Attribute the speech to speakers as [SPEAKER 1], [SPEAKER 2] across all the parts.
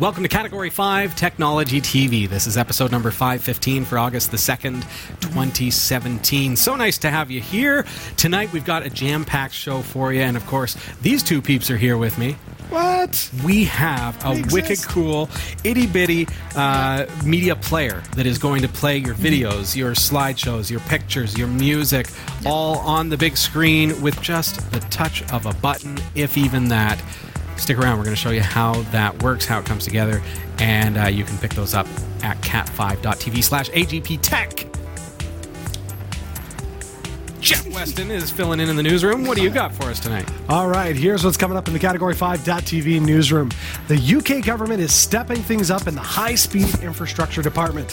[SPEAKER 1] Welcome to Category 5 Technology TV. This is episode number 515 for August the 2nd, 2017. So nice to have you here. Tonight we've got a jam packed show for you, and of course, these two peeps are here with me.
[SPEAKER 2] What?
[SPEAKER 1] We have a
[SPEAKER 2] They
[SPEAKER 1] wicked
[SPEAKER 2] exist.
[SPEAKER 1] cool itty bitty uh, media player that is going to play your
[SPEAKER 2] Mm-hmm.
[SPEAKER 1] videos, your slideshows, your pictures, your music, all on the big screen with just the touch of a button, if even that. Stick around, we're going to show you how that works, how it comes together, and uh, you can pick those up at cat5.tv slash AGP Tech. Jeff Weston is filling in in the newsroom. What do you got for us tonight?
[SPEAKER 2] All right, here's what's coming up in the Category 5.tv newsroom. The UK government is stepping things up in the high speed infrastructure department.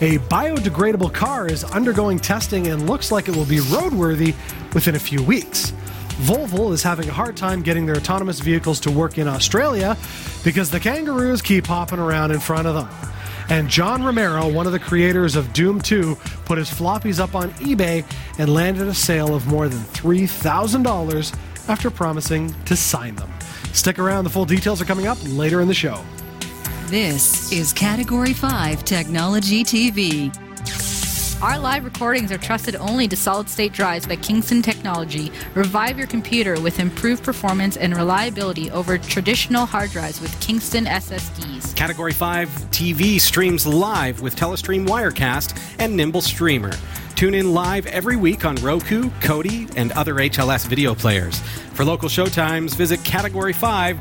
[SPEAKER 2] A biodegradable car is undergoing testing and looks like it will be roadworthy within a few weeks. Volvo is having a hard time getting their autonomous vehicles to work in Australia because the kangaroos keep hopping around in front of them. And John Romero, one of the creators of Doom 2, put his floppies up on eBay and landed a sale of more than $3,000 after promising to sign them. Stick around, the full details are coming up later in the show.
[SPEAKER 3] This is Category 5 Technology TV.
[SPEAKER 4] Our live recordings are trusted only to solid state drives by Kingston Technology. Revive your computer with improved performance and reliability over traditional hard drives with Kingston SSDs.
[SPEAKER 1] Category 5 TV streams live with Telestream Wirecast and Nimble Streamer. Tune in live every week on Roku, Kodi, and other HLS video players. For local showtimes, visit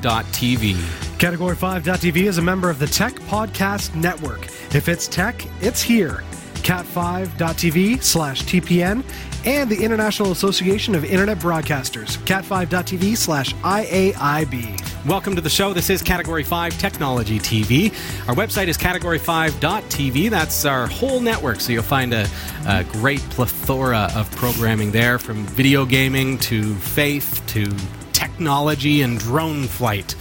[SPEAKER 1] category5.tv.
[SPEAKER 2] Category 5.tv is a member of the Tech Podcast Network. If it's tech, it's here. Cat5.tv slash TPN and the International Association of Internet Broadcasters, cat5.tv slash IAIB.
[SPEAKER 1] Welcome to the show. This is Category 5 Technology TV. Our website is category5.tv. That's our whole network, so you'll find a, a great plethora of programming there from video gaming to faith to technology and drone flight.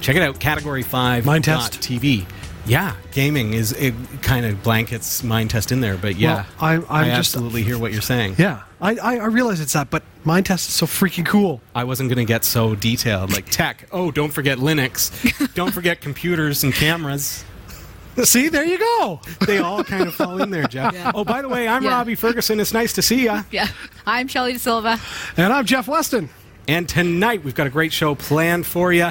[SPEAKER 1] Check it out, category5.tv.
[SPEAKER 2] Mm-hmm. Mind test.
[SPEAKER 1] TV. Yeah, gaming is it kind of blankets mind test in there, but yeah,
[SPEAKER 2] Well, I- I'm
[SPEAKER 1] I
[SPEAKER 2] just-
[SPEAKER 1] absolutely hear what you're saying.
[SPEAKER 2] Yeah, I, I, I realize it's that, but mind test is so freaking cool.
[SPEAKER 1] I wasn't going to get so detailed. Like tech. Oh, don't forget Linux. don't forget computers and cameras.
[SPEAKER 2] See, there you go.
[SPEAKER 1] They all kind of fall in there, Jeff. Oh, by the way, I'm
[SPEAKER 4] Yeah.
[SPEAKER 1] Robbie Ferguson. It's nice to see ya.
[SPEAKER 4] Yeah. I'm Shelly De Silva.
[SPEAKER 2] And I'm Jeff Weston.
[SPEAKER 1] And tonight we've got a great show planned for you.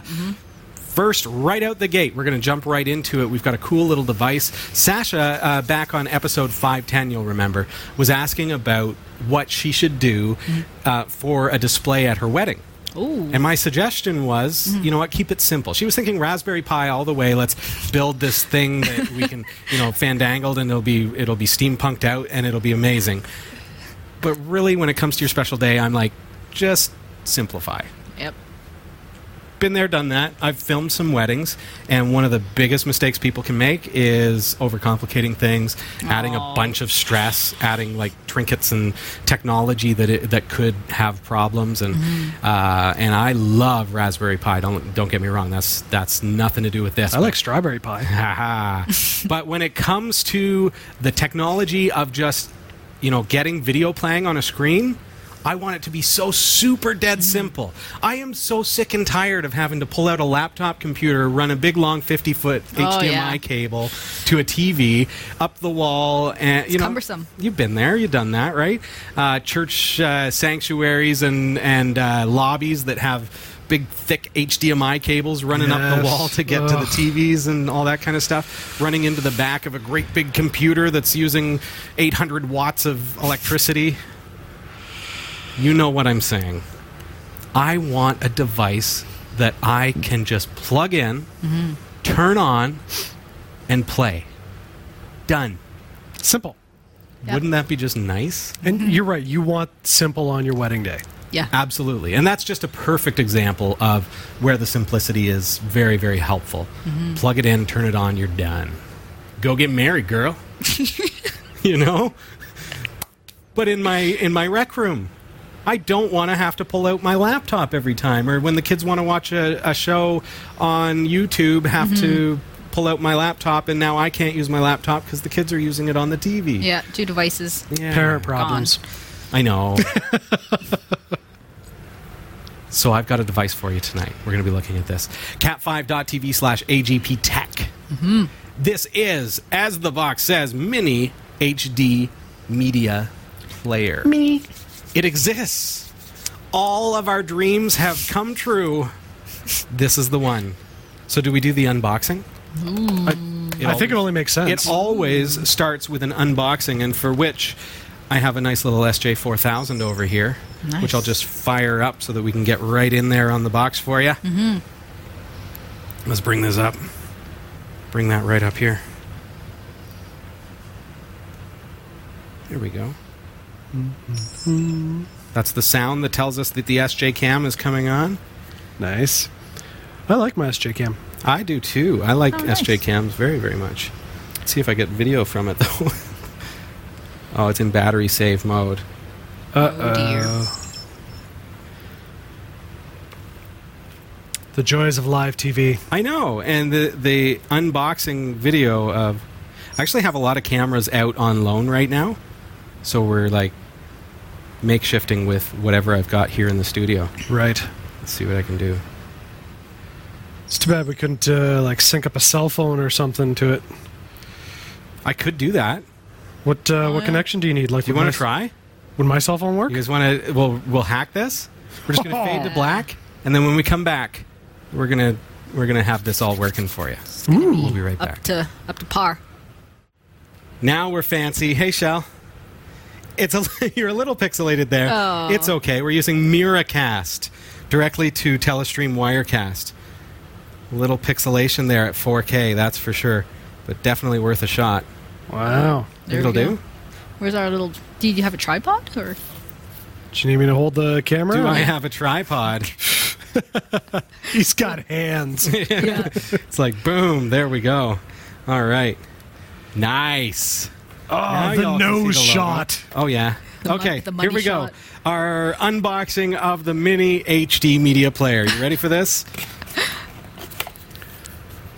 [SPEAKER 1] First, right out the gate, we're going to jump right into it. We've got a cool little device. Sasha, uh, back on episode 510, you'll remember, was asking about what she should do uh, for a display at her wedding.
[SPEAKER 4] Ooh.
[SPEAKER 1] And my suggestion was, you know what, keep it simple. She was thinking Raspberry Pi all the way. Let's build this thing that we can, you know, fandangled and it'll be it'll be steampunked out and it'll be amazing. But really when it comes to your special day, I'm like, just simplify
[SPEAKER 4] Yep.
[SPEAKER 1] been there, done that. I've filmed some weddings, and one of the biggest mistakes people can make is overcomplicating things, adding a bunch of stress, adding like trinkets and technology that it, that could have problems. And uh, and I love Raspberry Pi. Don't don't get me wrong. That's that's nothing to do with this.
[SPEAKER 2] I like strawberry pie.
[SPEAKER 1] Haha. but when it comes to the technology of just, you know, getting video playing on a screen, I want it to be so super
[SPEAKER 4] Mm.
[SPEAKER 1] dead simple. I am so sick and tired of having to pull out a laptop computer, run a big long 50 foot HDMI
[SPEAKER 4] Oh, yeah.
[SPEAKER 1] cable to a TV up the wall, and you know,
[SPEAKER 4] cumbersome.
[SPEAKER 1] You've been there, you've done that, right? Uh, church uh, sanctuaries and and uh, lobbies that have big thick HDMI cables running up the
[SPEAKER 2] Yes.
[SPEAKER 1] wall to get to the
[SPEAKER 2] Ugh.
[SPEAKER 1] TVs and all that kind of stuff, running into the back of a great big computer that's using 800 watts of electricity. You know what I'm saying. I want a device that I can just plug in,
[SPEAKER 2] Mm-hmm.
[SPEAKER 1] turn on, and play. Done.
[SPEAKER 2] Simple.
[SPEAKER 4] Yep.
[SPEAKER 1] Wouldn't that be just nice?
[SPEAKER 2] And you're right, you want simple on your wedding day.
[SPEAKER 4] Yeah.
[SPEAKER 1] Absolutely. And that's just a perfect example of where the simplicity is very, very helpful. Plug it in, turn it on, you're done. Go get married, girl. you know? But in my in my rec room, I don't want to have to pull out my laptop every time or when the kids want to watch a, a show on YouTube have to pull out my laptop and now I can't use my laptop because the kids are using it on the TV.
[SPEAKER 4] Yeah. Two devices.
[SPEAKER 1] Yeah.
[SPEAKER 2] Parent problems.
[SPEAKER 1] I know. so I've got a device for you tonight. We're going to be looking at this. Cat5.tv slash AGP Tech. This is, as the box says, mini HD media player. Me. It exists. All of our dreams have come true. This is the one. So, do we do the unboxing?
[SPEAKER 2] Mm.
[SPEAKER 1] It
[SPEAKER 5] I think
[SPEAKER 1] always-
[SPEAKER 5] it only makes sense.
[SPEAKER 1] It always starts with an unboxing, and for which I have a nice little SJ4000 over here, which I'll
[SPEAKER 4] Nice.
[SPEAKER 1] just fire up so that we can get right in there on the box for you. Mm-hmm. Let's bring this up. Bring that right up here. Here we go.
[SPEAKER 5] Mm-hmm.
[SPEAKER 1] That's the sound that tells us that the SJ cam is coming on.
[SPEAKER 5] nice. I like my SJ cam.
[SPEAKER 1] I do too. I like
[SPEAKER 4] Oh, nice.
[SPEAKER 1] SJ cams very, very much. Let's see if I get video from it though. oh, it's in battery save mode.
[SPEAKER 4] Oh dear.
[SPEAKER 5] The joys of live TV.
[SPEAKER 1] I know, and the the unboxing video of. I actually have a lot of cameras out on loan right now, so we're like makeshifting with whatever I've got here in the studio.
[SPEAKER 5] Right.
[SPEAKER 1] Let's see what I can do.
[SPEAKER 5] It's too bad we couldn't uh, like sync up a cell phone or something to it.
[SPEAKER 1] I could do that.
[SPEAKER 5] What uh, what connection do you need? Like,
[SPEAKER 1] Do you
[SPEAKER 5] would
[SPEAKER 1] want
[SPEAKER 5] my-
[SPEAKER 1] to try?
[SPEAKER 5] Would my cell phone work?
[SPEAKER 1] You guys want to? We'll we'll hack this. We're just gonna fade to black, and then when we come back, we're gonna we're gonna have this all working for you. We'll be right
[SPEAKER 4] Up
[SPEAKER 1] back.
[SPEAKER 4] to up to par.
[SPEAKER 1] Now we're fancy. Hey, Shell. It's a you're a little pixelated there.
[SPEAKER 4] Oh.
[SPEAKER 1] It's okay. We're using Miracast directly to Telestream Wirecast. A little pixelation there at 4K, that's for sure, but definitely worth a shot.
[SPEAKER 5] Wow.
[SPEAKER 4] There
[SPEAKER 1] It'll
[SPEAKER 4] we go.
[SPEAKER 1] do.
[SPEAKER 4] Where's our little? Did you have a tripod or?
[SPEAKER 5] Do you need me to hold the camera?
[SPEAKER 1] Do I have a tripod?
[SPEAKER 5] He's got hands.
[SPEAKER 4] Yeah.
[SPEAKER 1] It's like boom, there we go. All right, nice. Now
[SPEAKER 5] oh,
[SPEAKER 1] y'all
[SPEAKER 5] the
[SPEAKER 1] can see
[SPEAKER 5] nose
[SPEAKER 1] logo.
[SPEAKER 5] shot.
[SPEAKER 1] Oh yeah.
[SPEAKER 4] The
[SPEAKER 1] okay,
[SPEAKER 4] mon- the money
[SPEAKER 1] here we go.
[SPEAKER 4] shot.
[SPEAKER 1] Our unboxing of the mini HD media player. You ready for this?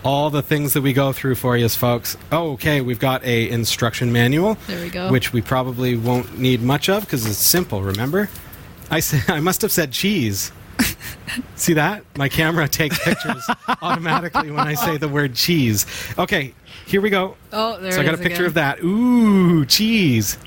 [SPEAKER 1] All the things that we go through for you, folks. Oh, okay, we've got a instruction manual.
[SPEAKER 4] There we go.
[SPEAKER 1] Which we probably won't need much of because it's simple. Remember, I said I must have said cheese. See that? My camera takes pictures automatically when I say the word cheese. Okay, here we go.
[SPEAKER 4] Oh, there.
[SPEAKER 1] So
[SPEAKER 4] it
[SPEAKER 1] I got a
[SPEAKER 4] is
[SPEAKER 1] picture
[SPEAKER 4] again.
[SPEAKER 1] of that. Ooh, cheese.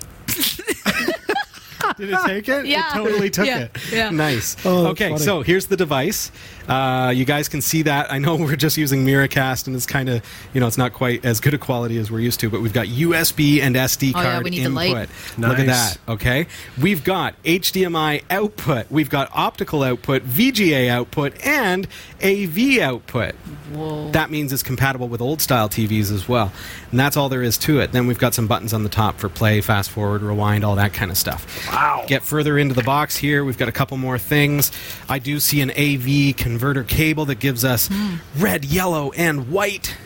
[SPEAKER 1] Did it take it?
[SPEAKER 4] Yeah.
[SPEAKER 1] It totally took
[SPEAKER 4] Yeah.
[SPEAKER 1] it.
[SPEAKER 4] Yeah.
[SPEAKER 1] Nice.
[SPEAKER 5] Oh, that's
[SPEAKER 1] okay,
[SPEAKER 5] funny.
[SPEAKER 1] so here's the device. Uh, you guys can see that. I know we're just using Miracast, and it's kind of, you know, it's not quite as good a quality as we're used to, but we've got USB and SD
[SPEAKER 4] Oh,
[SPEAKER 1] card
[SPEAKER 4] yeah, we need the
[SPEAKER 1] input.
[SPEAKER 4] light.
[SPEAKER 1] Look at
[SPEAKER 5] Nice.
[SPEAKER 1] that. Okay. We've got HDMI output, we've got optical output, VGA output, and AV output.
[SPEAKER 4] Whoa.
[SPEAKER 1] That means it's compatible with old style TVs as well. And that's all there is to it. Then we've got some buttons on the top for play, fast forward, rewind, all that kind of stuff. Wow. Get further into the box here. We've got a couple more things. I do see an AV converter cable that gives us
[SPEAKER 4] Hmm.
[SPEAKER 1] red, yellow, and white.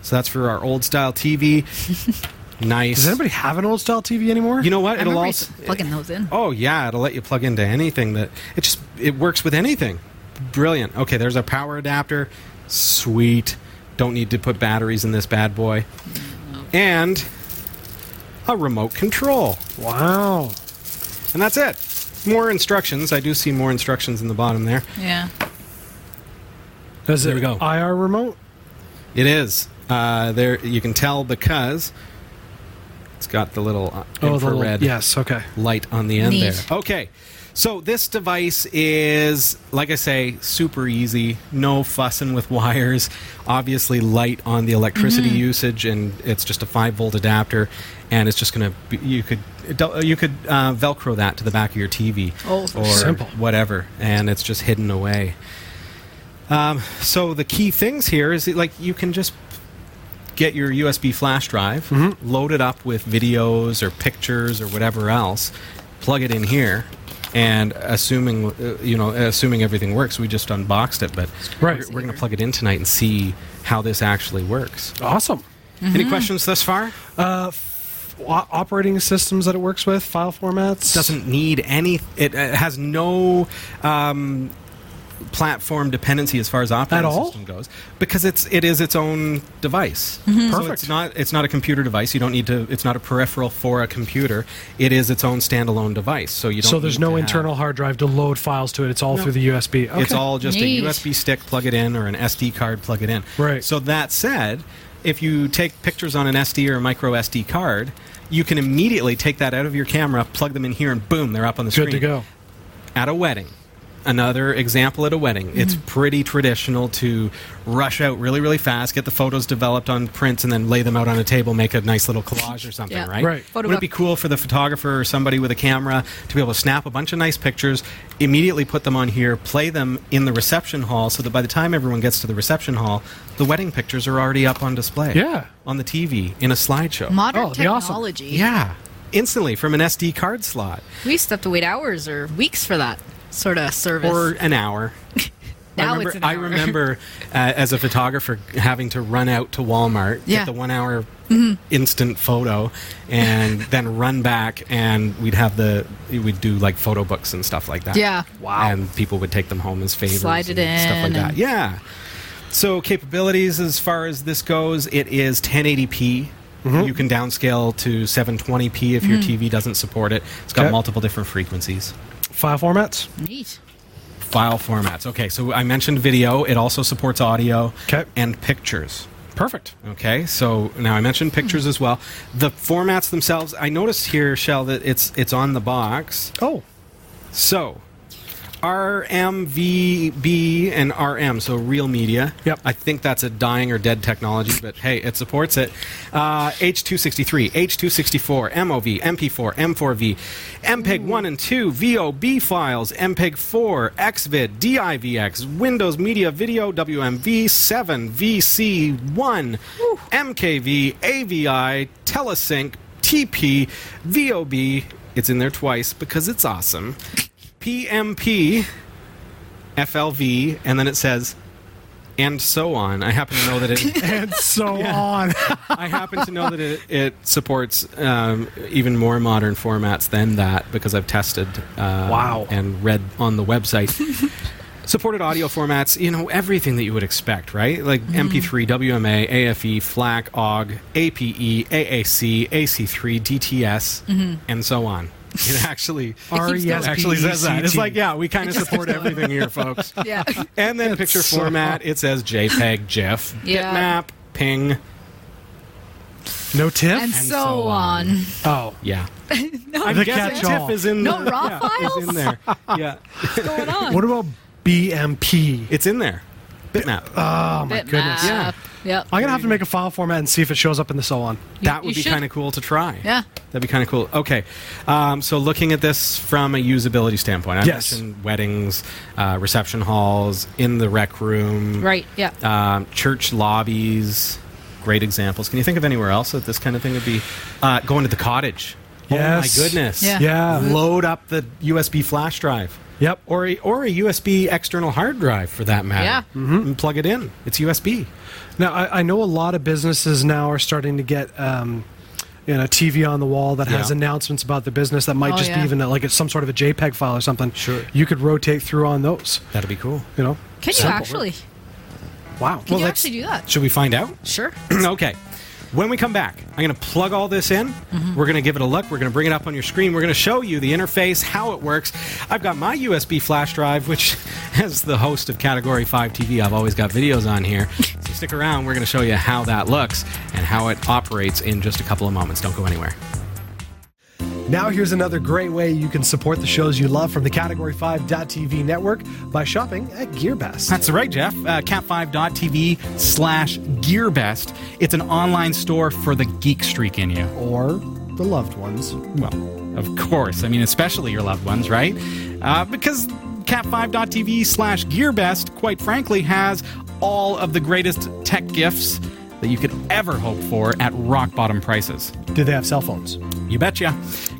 [SPEAKER 1] So that's for our old style TV. nice.
[SPEAKER 5] Does anybody have an old style TV anymore?
[SPEAKER 1] You know what?
[SPEAKER 4] I
[SPEAKER 1] It'll
[SPEAKER 4] remember
[SPEAKER 1] also
[SPEAKER 4] you plugging those in.
[SPEAKER 1] Oh yeah, it'll let you plug into anything that it just it works with anything. Brilliant. Okay, there's a power adapter. Sweet. Don't need to put batteries in this bad boy. And a remote control.
[SPEAKER 5] Wow.
[SPEAKER 1] And that's it. More instructions. I do see more instructions in the bottom there.
[SPEAKER 4] Yeah.
[SPEAKER 5] Does
[SPEAKER 1] There
[SPEAKER 5] it
[SPEAKER 1] we go.
[SPEAKER 5] IR remote?
[SPEAKER 1] It is. Uh, there you can tell because it's got the little uh,
[SPEAKER 5] Oh, the little-
[SPEAKER 1] infrared
[SPEAKER 5] Yes, okay.
[SPEAKER 1] light on the end
[SPEAKER 4] Neat.
[SPEAKER 1] there. Okay. So this device is, like I say, super easy. No fussing with wires. Obviously, light on the electricity
[SPEAKER 4] Mm-hmm.
[SPEAKER 1] usage, and it's just a five volt adapter, and it's just gonna. Be, you could you could uh, Velcro that to the back of your TV
[SPEAKER 4] Oh,
[SPEAKER 1] or
[SPEAKER 5] Simple.
[SPEAKER 1] whatever, and it's just hidden away. Um, so the key things here is that, like you can just get your USB flash drive, load it up with videos or pictures or whatever else, plug it in here, and assuming uh, you know, assuming everything works, we just unboxed it, but
[SPEAKER 5] Right.
[SPEAKER 1] we're, we're going to plug it in tonight and see how this actually works.
[SPEAKER 5] Awesome.
[SPEAKER 1] Any questions thus far?
[SPEAKER 5] O- operating systems that it works with, file formats.
[SPEAKER 1] doesn't need any. It, uh has no um, platform dependency as far as operating
[SPEAKER 5] At all?
[SPEAKER 1] system goes, because it's it is its own device. So
[SPEAKER 5] Mm-hmm. Perfect.
[SPEAKER 1] it's not it's not a computer device. You don't need to. It's not a peripheral for a computer. It is its own standalone device. So you don't.
[SPEAKER 5] So there's
[SPEAKER 1] need to
[SPEAKER 5] no
[SPEAKER 1] have-
[SPEAKER 5] internal hard drive to load files to it. It's all through the USB. Okay.
[SPEAKER 1] It's all just
[SPEAKER 4] Neat.
[SPEAKER 1] a USB stick, plug it in, or an SD card, plug it in.
[SPEAKER 5] Right.
[SPEAKER 1] So that said, if you take pictures on an SD or a micro SD card, you can immediately take that out of your camera, plug them in here, and boom, they're up on the screen.
[SPEAKER 5] Good to go.
[SPEAKER 1] At a wedding. Another example at a wedding.
[SPEAKER 5] Mm-hmm.
[SPEAKER 1] It's pretty traditional to rush out really, really fast, get the photos developed on prints, and then lay them out on a table, make a nice little collage or something,
[SPEAKER 4] Yeah.
[SPEAKER 1] right?
[SPEAKER 5] Right.
[SPEAKER 4] Photo
[SPEAKER 1] Would it
[SPEAKER 4] op-
[SPEAKER 1] be cool for the photographer or somebody with a camera to be able to snap a bunch of nice pictures, immediately put them on here, play them in the reception hall, so that by the time everyone gets to the reception hall, the wedding pictures are already up on display?
[SPEAKER 5] Yeah.
[SPEAKER 1] On the TV, in a slideshow.
[SPEAKER 4] Modern
[SPEAKER 5] Oh, that'd be awesome.
[SPEAKER 4] technology.
[SPEAKER 1] yeah. Instantly from an SD card slot
[SPEAKER 4] We used to have to wait hours or weeks for that sort of service.
[SPEAKER 1] or an hour.
[SPEAKER 4] now
[SPEAKER 1] I remember,
[SPEAKER 4] it's an
[SPEAKER 1] I
[SPEAKER 4] hour.
[SPEAKER 1] remember uh, as a photographer having to run out to Walmart,
[SPEAKER 4] Yeah.
[SPEAKER 1] get
[SPEAKER 4] Mm-hmm.
[SPEAKER 1] the one hour instant photo, and then run back, and we'd have the, we'd do like photo books and stuff like that.
[SPEAKER 4] Yeah.
[SPEAKER 1] Wow. And people would take them home as favors.
[SPEAKER 4] Slide it
[SPEAKER 1] and Stuff like
[SPEAKER 4] in
[SPEAKER 1] that.
[SPEAKER 4] and-
[SPEAKER 1] Yeah. So, capabilities as far as this goes, it is 1080p. You can downscale to 720p if your
[SPEAKER 4] Mm-hmm.
[SPEAKER 1] TV doesn't support it. It's got
[SPEAKER 5] Okay.
[SPEAKER 1] multiple different frequencies
[SPEAKER 5] File formats.
[SPEAKER 4] Neat.
[SPEAKER 1] file formats. Okay, so I mentioned video. It also supports audio
[SPEAKER 5] 'Kay.
[SPEAKER 1] and pictures.
[SPEAKER 5] Perfect.
[SPEAKER 1] Okay, so now I mentioned pictures as well. The formats themselves, I noticed here, Shell, that it's it's on the box.
[SPEAKER 5] Oh,
[SPEAKER 1] So RMVB and RM, so real media.
[SPEAKER 5] Yep.
[SPEAKER 1] I think that's a dying or dead technology, but hey, it supports it. Uh, H263, H264, MOV, MP4, M4V, MPEG 1 E and 2, VOB files, E MPEG 4, XVID, DIVX, Windows Media Video, WMV, 7, VC1, MKV, AVI, Telesync, TP, VOB. It's in there twice because it's awesome. PMP, FLV, and then it says, and so on. I happen to know that it.
[SPEAKER 5] and so on.
[SPEAKER 1] I happen to know that it, it supports um, even more modern formats than that because I've tested. Uh,
[SPEAKER 5] Wow.
[SPEAKER 1] And read on the website. Supported audio formats, you know, everything that you would expect, right? Like MP3, WMA, AFE, FLAC, OGG, APE, AAC, AC3, DTS, and so on. It actually
[SPEAKER 5] R-E-S-P-E-C-T.
[SPEAKER 1] actually says that. It's like, yeah, we kind of support everything here, folks.
[SPEAKER 4] Yeah.
[SPEAKER 1] And then picture
[SPEAKER 5] so
[SPEAKER 1] format, it says JPEG, GIF,
[SPEAKER 4] Yeah.
[SPEAKER 1] bitmap, PNG.
[SPEAKER 5] No TIFF.
[SPEAKER 4] And, so,
[SPEAKER 1] so
[SPEAKER 4] on.
[SPEAKER 1] on.
[SPEAKER 5] oh,
[SPEAKER 1] Yeah.
[SPEAKER 4] No,
[SPEAKER 5] The
[SPEAKER 1] Guess
[SPEAKER 5] catch-all.
[SPEAKER 1] TIFF is in
[SPEAKER 4] No
[SPEAKER 1] the,
[SPEAKER 4] raw
[SPEAKER 1] yeah, is
[SPEAKER 4] files?
[SPEAKER 1] in there. Yeah,
[SPEAKER 4] what's going on?
[SPEAKER 5] what about BMP?
[SPEAKER 1] it's in there. Bitmap. Uh,
[SPEAKER 4] oh my
[SPEAKER 5] goodness.
[SPEAKER 1] Yeah.
[SPEAKER 4] Yep.
[SPEAKER 5] I'm gonna have to make a file format and see if it shows up in the so on.
[SPEAKER 1] that
[SPEAKER 4] you
[SPEAKER 1] would be
[SPEAKER 4] should-
[SPEAKER 1] kind of cool to try.
[SPEAKER 4] Yeah.
[SPEAKER 1] That'd be kind of cool. Okay. Um, so, looking at this from a usability standpoint, I
[SPEAKER 5] Yes.
[SPEAKER 1] mentioned weddings, uh, reception halls, in the rec room,
[SPEAKER 4] Right, yeah.
[SPEAKER 1] um, church lobbies. Great examples. Can you think of anywhere else that this kind of thing would be? Uh, going to the cottage.
[SPEAKER 5] Yes.
[SPEAKER 1] Oh, my goodness.
[SPEAKER 4] Yeah.
[SPEAKER 5] Yeah.
[SPEAKER 1] Load up the USB flash drive.
[SPEAKER 5] Yep.
[SPEAKER 1] Or a, or a USB external hard drive for that matter. Mm-hmm.
[SPEAKER 4] Yeah.
[SPEAKER 1] And plug it in. It's USB.
[SPEAKER 5] Now, I, I know a lot of businesses now are starting to get, um, you know, TV on the wall that has
[SPEAKER 1] Yeah.
[SPEAKER 5] announcements about their business that might
[SPEAKER 4] Oh,
[SPEAKER 5] just be
[SPEAKER 4] yeah.
[SPEAKER 5] even uh, like it's some sort of a JPEG file or something.
[SPEAKER 1] Sure.
[SPEAKER 5] You could rotate through on those,
[SPEAKER 1] That'd be cool.
[SPEAKER 5] you know?
[SPEAKER 4] Can you
[SPEAKER 5] Simple.
[SPEAKER 4] actually?
[SPEAKER 5] Wow.
[SPEAKER 4] Can you actually do that?
[SPEAKER 1] Should we find out?
[SPEAKER 4] Sure.
[SPEAKER 1] okay. When we come back, I'm going to plug all this in.
[SPEAKER 4] Mm-hmm.
[SPEAKER 1] We're going to give it a look. We're going to bring it up on your screen. We're going to show you the interface, how it works. I've got my USB flash drive, which, as the host of Category 5 TV, I've always got videos on here. so stick around. We're going to show you how that looks and how it operates in just a couple of moments. Don't go anywhere.
[SPEAKER 5] Now, here's another great way you can support the shows you love from the Category5.tv network by shopping at GearBest.
[SPEAKER 1] That's right, Jeff. Uh, cat5.tv slash gearbest. It's an online store for the geek streak in you.
[SPEAKER 5] or the loved ones.
[SPEAKER 1] Well, of course. I mean, especially your loved ones, right? Uh, because cat5.tv slash gearbest, quite frankly, has all of the greatest tech gifts that you could ever hope for at rock bottom prices.
[SPEAKER 5] Do they have cell phones?
[SPEAKER 1] You betcha.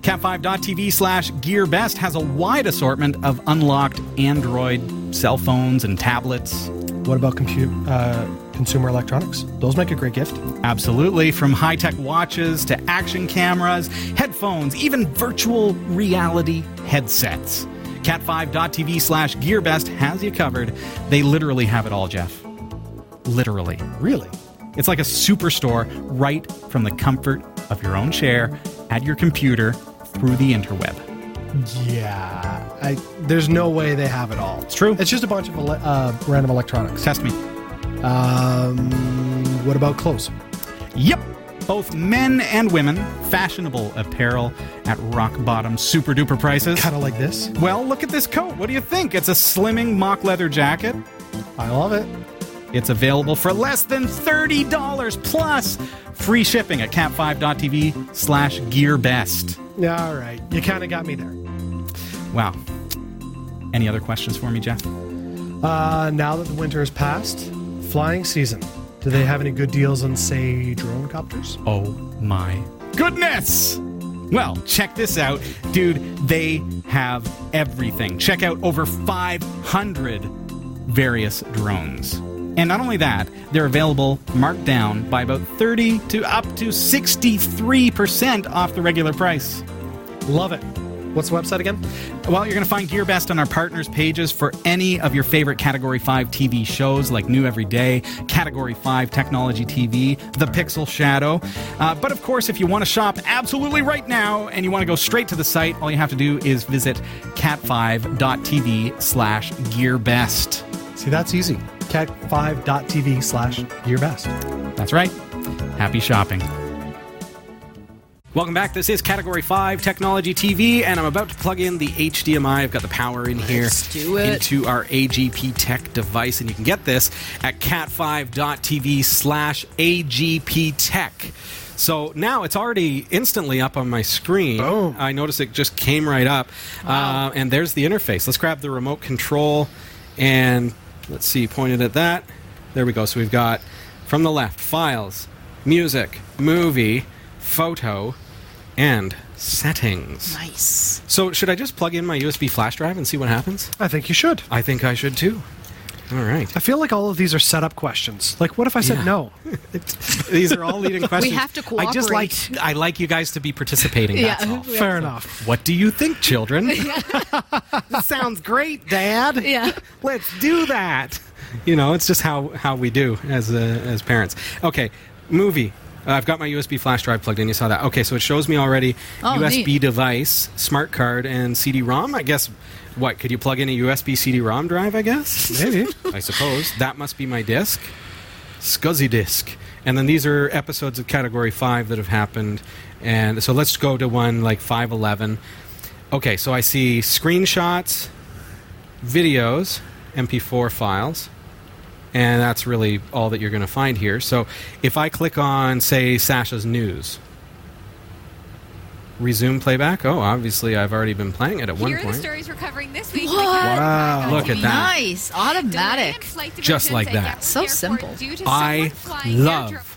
[SPEAKER 1] Cat5.tv slash GearBest has a wide assortment of unlocked Android cell phones and tablets.
[SPEAKER 5] What about compute, uh, consumer electronics? Those make a great gift.
[SPEAKER 1] Absolutely, from high tech watches to action cameras, headphones, even virtual reality headsets. Cat5.tv slash GearBest has you covered. They literally have it all, Jeff. Literally.
[SPEAKER 5] Really?
[SPEAKER 1] It's like a superstore right from the comfort of your own chair, at your computer, through the interweb.
[SPEAKER 5] Yeah. I, there's no way they have it all. It's
[SPEAKER 1] true.
[SPEAKER 5] It's just a bunch of ele- uh, random electronics.
[SPEAKER 1] Test me.
[SPEAKER 5] Um, what about clothes?
[SPEAKER 2] Yep. Both men and women, fashionable apparel at rock bottom super duper prices.
[SPEAKER 5] Kind of like this.
[SPEAKER 2] Well, look at this coat. What do you think? It's a slimming mock leather jacket.
[SPEAKER 5] I love it.
[SPEAKER 2] It's available for less than $30 plus free shipping at cat5.tv slash gearbest.
[SPEAKER 5] All right. You kind of got me there.
[SPEAKER 2] Wow. Any other questions for me, Jeff?
[SPEAKER 5] Uh, now that the winter has passed, flying season. Do they have any good deals on, say, drone copters?
[SPEAKER 2] Oh my goodness! Well, check this out. Dude, they have everything. Check out over 500 various drones. And not only that, they're available marked down by about 30 to up to 63% off the regular price.
[SPEAKER 5] Love it. What's the website again?
[SPEAKER 2] Well, you're going to find GearBest on our partners pages for any of your favorite Category 5 TV shows like New Every Day, Category 5 Technology TV, The Pixel Shadow. Uh, but of course, if you want to shop absolutely right now and you want to go straight to the site, all you have to do is visit cat5.tv slash GearBest.
[SPEAKER 5] See, that's easy. Cat5.tv slash gearbest.
[SPEAKER 2] That's right. Happy shopping.
[SPEAKER 1] Welcome back. This is Category 5 Technology TV, and I'm about to plug in the HDMI. I've got the power in here
[SPEAKER 3] do it.
[SPEAKER 1] into our AGP Tech device, and you can get this at cat5.tv slash AGP Tech. So now it's already instantly up on my screen.
[SPEAKER 5] Boom.
[SPEAKER 1] I noticed it just came right up. Uh, and there's the interface. Let's grab the remote control and let's see, pointed at that. There we go. So we've got from the left files, music, movie, photo, and settings.
[SPEAKER 6] Nice.
[SPEAKER 1] So should I just plug in my USB flash drive and see what happens?
[SPEAKER 5] I think you should.
[SPEAKER 1] I think I should too. All right.
[SPEAKER 5] I feel like all of these are setup questions. Like, what if I said
[SPEAKER 1] Yeah.
[SPEAKER 5] no?
[SPEAKER 1] These are all leading questions.
[SPEAKER 6] have to
[SPEAKER 1] I just like I like you guys to be participating. That's
[SPEAKER 6] Yeah.
[SPEAKER 1] all.
[SPEAKER 5] Fair enough.
[SPEAKER 1] What do you think, children? this sounds great, Dad.
[SPEAKER 6] Yeah.
[SPEAKER 1] Let's do that. You know, it's just how, how we do as uh, as parents. Okay, movie. Uh, I've got my USB flash drive plugged in. You saw that. Okay, so it shows me already
[SPEAKER 4] Oh,
[SPEAKER 1] USB
[SPEAKER 4] neat.
[SPEAKER 1] device, smart card, and CD-ROM. I guess what could you plug in a USB CD-ROM drive? I guess.
[SPEAKER 5] Maybe.
[SPEAKER 1] I suppose. That must be my disc. Scuzzy disc. And then these are episodes of Category 5 that have happened. And so let's go to one like 511. Okay, so I see screenshots, videos, MP4 files. And that's really all that you're going to find here. So if I click on, say, Sasha's News, resume playback. Oh, obviously, I've already been playing it at one
[SPEAKER 7] Here are the
[SPEAKER 1] point.
[SPEAKER 7] stories we're covering this week.
[SPEAKER 5] Wow.
[SPEAKER 1] Look at that.
[SPEAKER 6] Nice. Automatic.
[SPEAKER 1] Just like that.
[SPEAKER 6] So simple.
[SPEAKER 1] I love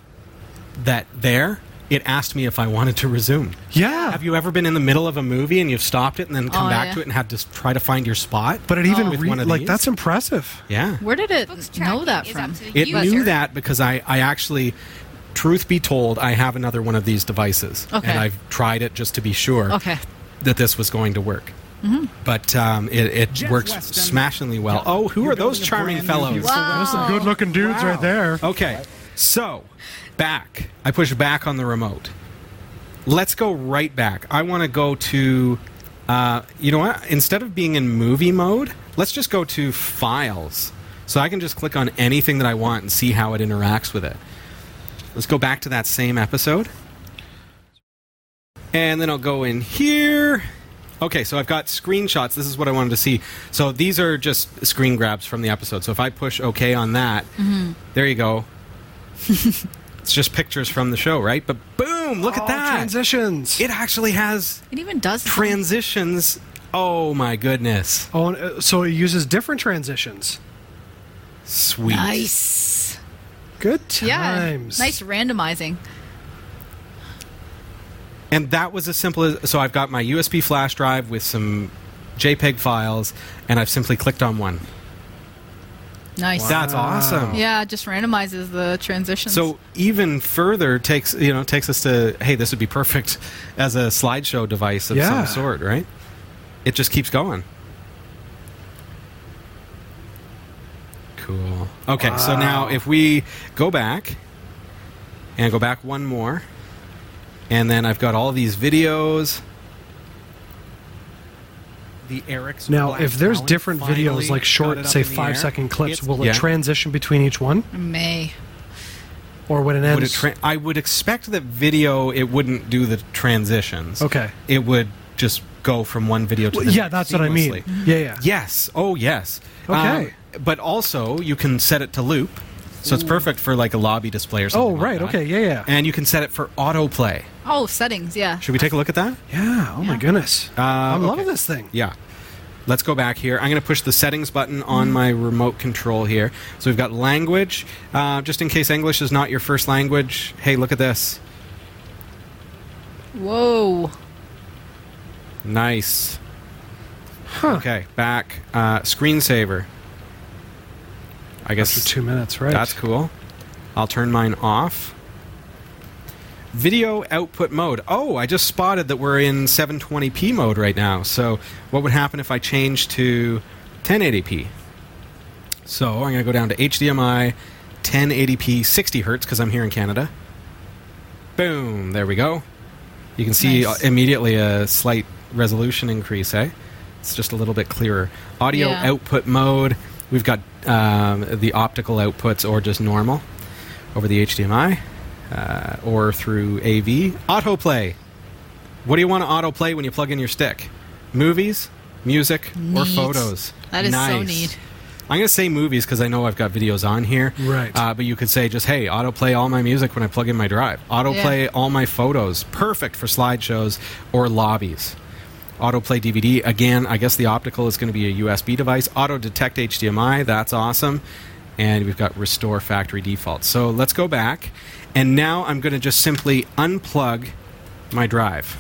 [SPEAKER 1] that there it asked me if I wanted to resume.
[SPEAKER 5] Yeah.
[SPEAKER 1] Have you ever been in the middle of a movie and you've stopped it and then come
[SPEAKER 6] Oh,
[SPEAKER 1] back
[SPEAKER 6] yeah.
[SPEAKER 1] to it and had to s- try to find your spot?
[SPEAKER 5] But it even
[SPEAKER 1] with
[SPEAKER 5] re-
[SPEAKER 1] one of
[SPEAKER 5] like
[SPEAKER 1] these?
[SPEAKER 5] that's impressive.
[SPEAKER 1] yeah.
[SPEAKER 4] Where did it
[SPEAKER 6] know that from?
[SPEAKER 1] It knew that because I, I actually, truth be told, I have another one of these devices.
[SPEAKER 4] Okay.
[SPEAKER 1] And I've tried it just to be sure
[SPEAKER 4] Okay. Mm-hmm.
[SPEAKER 1] that this was going to work. But um, it, it
[SPEAKER 2] Jeff
[SPEAKER 1] works
[SPEAKER 2] Weston.
[SPEAKER 1] smashingly well. Oh, who
[SPEAKER 2] You're
[SPEAKER 1] are those
[SPEAKER 2] building a
[SPEAKER 1] charming
[SPEAKER 2] brand new
[SPEAKER 1] fellows?
[SPEAKER 2] beautiful
[SPEAKER 5] Those are some good looking dudes
[SPEAKER 1] Wow.
[SPEAKER 5] right there.
[SPEAKER 1] Okay, so back. I push back on the remote. Let's go right back. I want to go to, uh, you know what? Instead of being in movie mode, let's just go to files. So I can just click on anything that I want and see how it interacts with it. Let's go back to that same episode. And then I'll go in here. Okay, so I've got screenshots. This is what I wanted to see. So these are just screen grabs from the episode. So if I push OK on that, there you go. it's just pictures from the show, right? But boom, look
[SPEAKER 5] Oh,
[SPEAKER 1] at that.
[SPEAKER 5] transitions.
[SPEAKER 1] It actually has
[SPEAKER 4] It even does.
[SPEAKER 1] transitions. Oh my goodness.
[SPEAKER 5] oh, and, uh, so it uses different transitions.
[SPEAKER 1] Sweet.
[SPEAKER 6] Nice.
[SPEAKER 5] Good
[SPEAKER 4] yeah.
[SPEAKER 5] times.
[SPEAKER 4] Nice randomizing.
[SPEAKER 1] And that was as simple as so I've got my USB flash drive with some JPEG files and I've simply clicked on one.
[SPEAKER 4] Nice.
[SPEAKER 1] That's awesome.
[SPEAKER 4] Yeah, it just randomizes the transitions.
[SPEAKER 1] So even further takes you know takes us to hey this would be perfect as a slideshow device of
[SPEAKER 5] Yeah.
[SPEAKER 1] some sort, right? It just keeps going. Cool. Okay, so now if we go back and go back one more and then I've got all these videos the Eric's
[SPEAKER 5] Now,
[SPEAKER 1] Black
[SPEAKER 5] if there's
[SPEAKER 1] Talent
[SPEAKER 5] different
[SPEAKER 1] finally
[SPEAKER 5] videos
[SPEAKER 1] got
[SPEAKER 5] like
[SPEAKER 1] it
[SPEAKER 5] short,
[SPEAKER 1] up
[SPEAKER 5] say
[SPEAKER 1] in the air.
[SPEAKER 5] five second clips,
[SPEAKER 1] It's-
[SPEAKER 5] will
[SPEAKER 1] Yeah.
[SPEAKER 4] Mm.
[SPEAKER 5] it transition between each one?
[SPEAKER 4] May.
[SPEAKER 5] or when it ends?
[SPEAKER 1] Would it tra- I would expect that video it wouldn't do the transitions.
[SPEAKER 5] Okay.
[SPEAKER 1] It would just go from one video to the
[SPEAKER 5] Well, yeah,
[SPEAKER 1] next
[SPEAKER 5] that's what I mean.
[SPEAKER 1] seamlessly.
[SPEAKER 5] Yeah, yeah.
[SPEAKER 1] Yes. Oh, yes.
[SPEAKER 5] Okay.
[SPEAKER 1] Um, but also, you can set it to loop, so it's perfect for like a lobby display or something.
[SPEAKER 5] Oh,
[SPEAKER 1] like
[SPEAKER 5] right,
[SPEAKER 1] that.
[SPEAKER 5] okay, yeah, yeah.
[SPEAKER 1] And you can set it for autoplay.
[SPEAKER 4] Oh, settings, yeah.
[SPEAKER 1] Should we take a look at that?
[SPEAKER 5] yeah. Oh my goodness.
[SPEAKER 1] Uh,
[SPEAKER 5] I'm loving this thing.
[SPEAKER 1] Yeah. Let's go back here. I'm going to push the settings button on
[SPEAKER 5] Mm.
[SPEAKER 1] my remote control here. So we've got language. Uh, just in case English is not your first language, hey, look at this.
[SPEAKER 4] Whoa.
[SPEAKER 1] Nice. Okay, back. Uh, screensaver. I
[SPEAKER 5] For
[SPEAKER 1] guess
[SPEAKER 5] two minutes, right?
[SPEAKER 1] that's cool. I'll turn mine off. Video output mode. Oh, I just spotted that we're in 720p mode right now. So, what would happen if I change to 1080p? So, I'm going to go down to HDMI 1080p 60 hertz because I'm here in Canada. Boom, there we go. You can see
[SPEAKER 4] Nice.
[SPEAKER 1] uh, immediately a slight resolution increase, eh? It's just a little bit clearer. Audio
[SPEAKER 4] Yeah.
[SPEAKER 1] output mode. We've got um, the optical outputs or just normal over the HDMI uh, or through AV. Autoplay. What do you want to autoplay when you plug in your stick? Movies, music, or
[SPEAKER 4] Neat.
[SPEAKER 1] photos?
[SPEAKER 4] That is so
[SPEAKER 1] nice.
[SPEAKER 4] neat.
[SPEAKER 1] I'm going to say movies because I know I've got videos on here.
[SPEAKER 5] Right.
[SPEAKER 1] Uh, but you could say just, hey, autoplay all my music when I plug in my drive. Autoplay
[SPEAKER 4] Yeah.
[SPEAKER 1] all my photos. Perfect for slideshows or lobbies. Autoplay DVD. Again, I guess the optical is going to be a USB device. Auto detect HDMI. That's awesome. And we've got restore factory default. So let's go back. And now I'm going to just simply unplug my drive.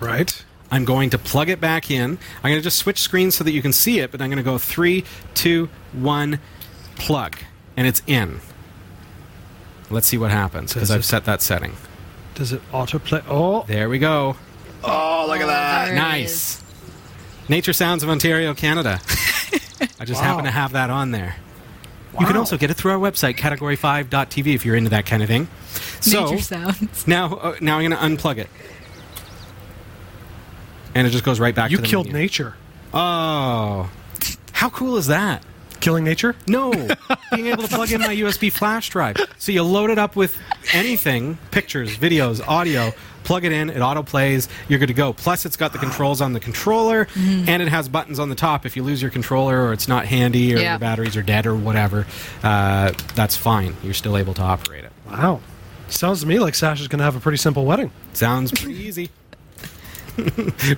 [SPEAKER 5] Right.
[SPEAKER 1] I'm going to plug it back in. I'm going to just switch screens so that you can see it, but I'm going to go three, two, one, plug, and it's in. Let's see what happens because
[SPEAKER 5] Does
[SPEAKER 1] I've
[SPEAKER 5] it-
[SPEAKER 1] set that setting.
[SPEAKER 5] Does it autoplay? Oh,
[SPEAKER 1] There we go.
[SPEAKER 4] Look at that.
[SPEAKER 1] nice. Nature Sounds of Ontario, Canada. I just happen
[SPEAKER 5] Wow.
[SPEAKER 1] to have that on there. You can
[SPEAKER 5] Wow.
[SPEAKER 1] also get it through our website, category5.tv, if you're into that kind of thing. So,
[SPEAKER 4] Nature sounds.
[SPEAKER 1] Now, uh, now I'm going to unplug it. And it just goes right back
[SPEAKER 5] you
[SPEAKER 1] to the
[SPEAKER 5] killed
[SPEAKER 1] menu.
[SPEAKER 5] nature.
[SPEAKER 1] Oh. How cool is that?
[SPEAKER 5] Killing nature?
[SPEAKER 1] No. Being able to plug in my USB flash drive. So you load it up with anything pictures, videos, audio. Plug it in, it auto plays, you're good to go. Plus, it's got the controls on the controller,
[SPEAKER 4] Mm-hmm.
[SPEAKER 1] and it has buttons on the top. If you lose your controller or it's not handy, or
[SPEAKER 4] Yeah.
[SPEAKER 1] your batteries are dead, or whatever, uh, that's fine. You're still able to operate it.
[SPEAKER 5] Wow. Sounds to me like Sasha's going to have a pretty simple wedding.
[SPEAKER 1] Sounds pretty easy.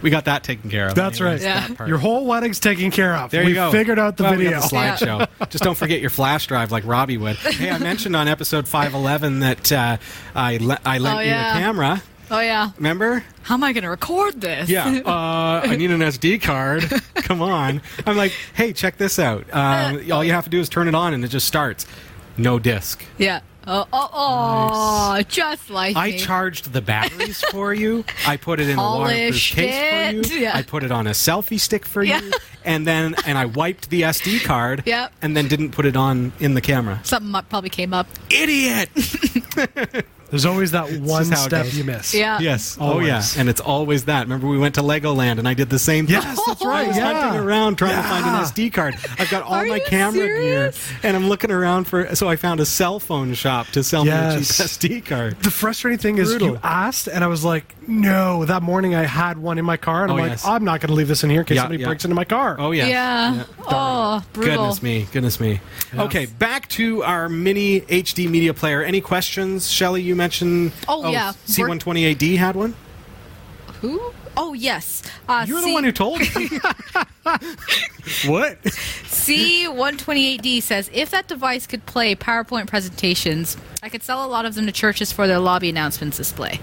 [SPEAKER 1] we got that taken care of.
[SPEAKER 5] That's
[SPEAKER 1] Anyways,
[SPEAKER 5] right.
[SPEAKER 4] Yeah.
[SPEAKER 1] that part.
[SPEAKER 5] Your whole wedding's taken care of.
[SPEAKER 1] There
[SPEAKER 5] we
[SPEAKER 1] you go.
[SPEAKER 5] figured out the
[SPEAKER 1] Well, we
[SPEAKER 5] video.
[SPEAKER 1] got the slideshow. Just don't forget your flash drive, like Robbie would. Hey, I mentioned on episode five eleven that uh, I le- I lent
[SPEAKER 4] Oh,
[SPEAKER 1] you
[SPEAKER 4] yeah.
[SPEAKER 1] a camera.
[SPEAKER 4] Oh, yeah.
[SPEAKER 1] Remember?
[SPEAKER 6] How am I going to record this?
[SPEAKER 1] Yeah. Uh, I need an SD card. Come on. I'm like, hey, check this out. Um, all you have to do is turn it on, and it just starts. No disc.
[SPEAKER 4] Yeah. Oh, oh, oh just like
[SPEAKER 1] I
[SPEAKER 4] me.
[SPEAKER 1] charged the batteries for you. I put it in a waterproof
[SPEAKER 4] Polished
[SPEAKER 1] case
[SPEAKER 4] it.
[SPEAKER 1] for you.
[SPEAKER 4] Yeah.
[SPEAKER 1] I put it on a selfie stick for
[SPEAKER 4] Yeah.
[SPEAKER 1] you. And then and I wiped the SD card.
[SPEAKER 4] Yep.
[SPEAKER 1] And then didn't put it on in the camera.
[SPEAKER 4] Something mu- probably came up.
[SPEAKER 1] Idiot.
[SPEAKER 5] There's always that one
[SPEAKER 1] just how it
[SPEAKER 5] step
[SPEAKER 1] goes.
[SPEAKER 5] you miss.
[SPEAKER 4] Yeah.
[SPEAKER 1] Yes. Oh
[SPEAKER 5] Always.
[SPEAKER 1] yeah. And it's always that. Remember we went to Legoland and I did the same thing.
[SPEAKER 5] Yes, that's
[SPEAKER 1] I
[SPEAKER 5] right.
[SPEAKER 1] was hunting
[SPEAKER 5] Yeah.
[SPEAKER 1] around trying to
[SPEAKER 5] Yeah.
[SPEAKER 1] find an SD card. I've got all
[SPEAKER 4] Are
[SPEAKER 1] my
[SPEAKER 4] you
[SPEAKER 1] camera
[SPEAKER 4] serious?
[SPEAKER 1] gear, and I'm looking around for. So I found a cell phone shop to sell me a cheap
[SPEAKER 5] Yes.
[SPEAKER 1] SD card.
[SPEAKER 5] The frustrating thing is you
[SPEAKER 1] Brutal.
[SPEAKER 5] asked, and I was like, no. That morning I had one in my car, and I'm
[SPEAKER 1] Oh,
[SPEAKER 5] like,
[SPEAKER 1] yes.
[SPEAKER 5] I'm not going to leave this in here in case
[SPEAKER 1] Yeah,
[SPEAKER 5] somebody
[SPEAKER 1] yeah.
[SPEAKER 5] breaks into my car.
[SPEAKER 1] Oh yes.
[SPEAKER 4] Yeah. Oh, brutal.
[SPEAKER 1] Goodness me, goodness me. Okay, back to our mini HD media player. Any questions, Shelley? You mentioned
[SPEAKER 4] Oh, yeah.
[SPEAKER 1] C128D had one.
[SPEAKER 4] Who? Oh, yes. Uh,
[SPEAKER 1] You're
[SPEAKER 4] C-
[SPEAKER 1] the one who told me. what?
[SPEAKER 4] C128D says if that device could play PowerPoint presentations, I could sell a lot of them to churches for their lobby announcements display.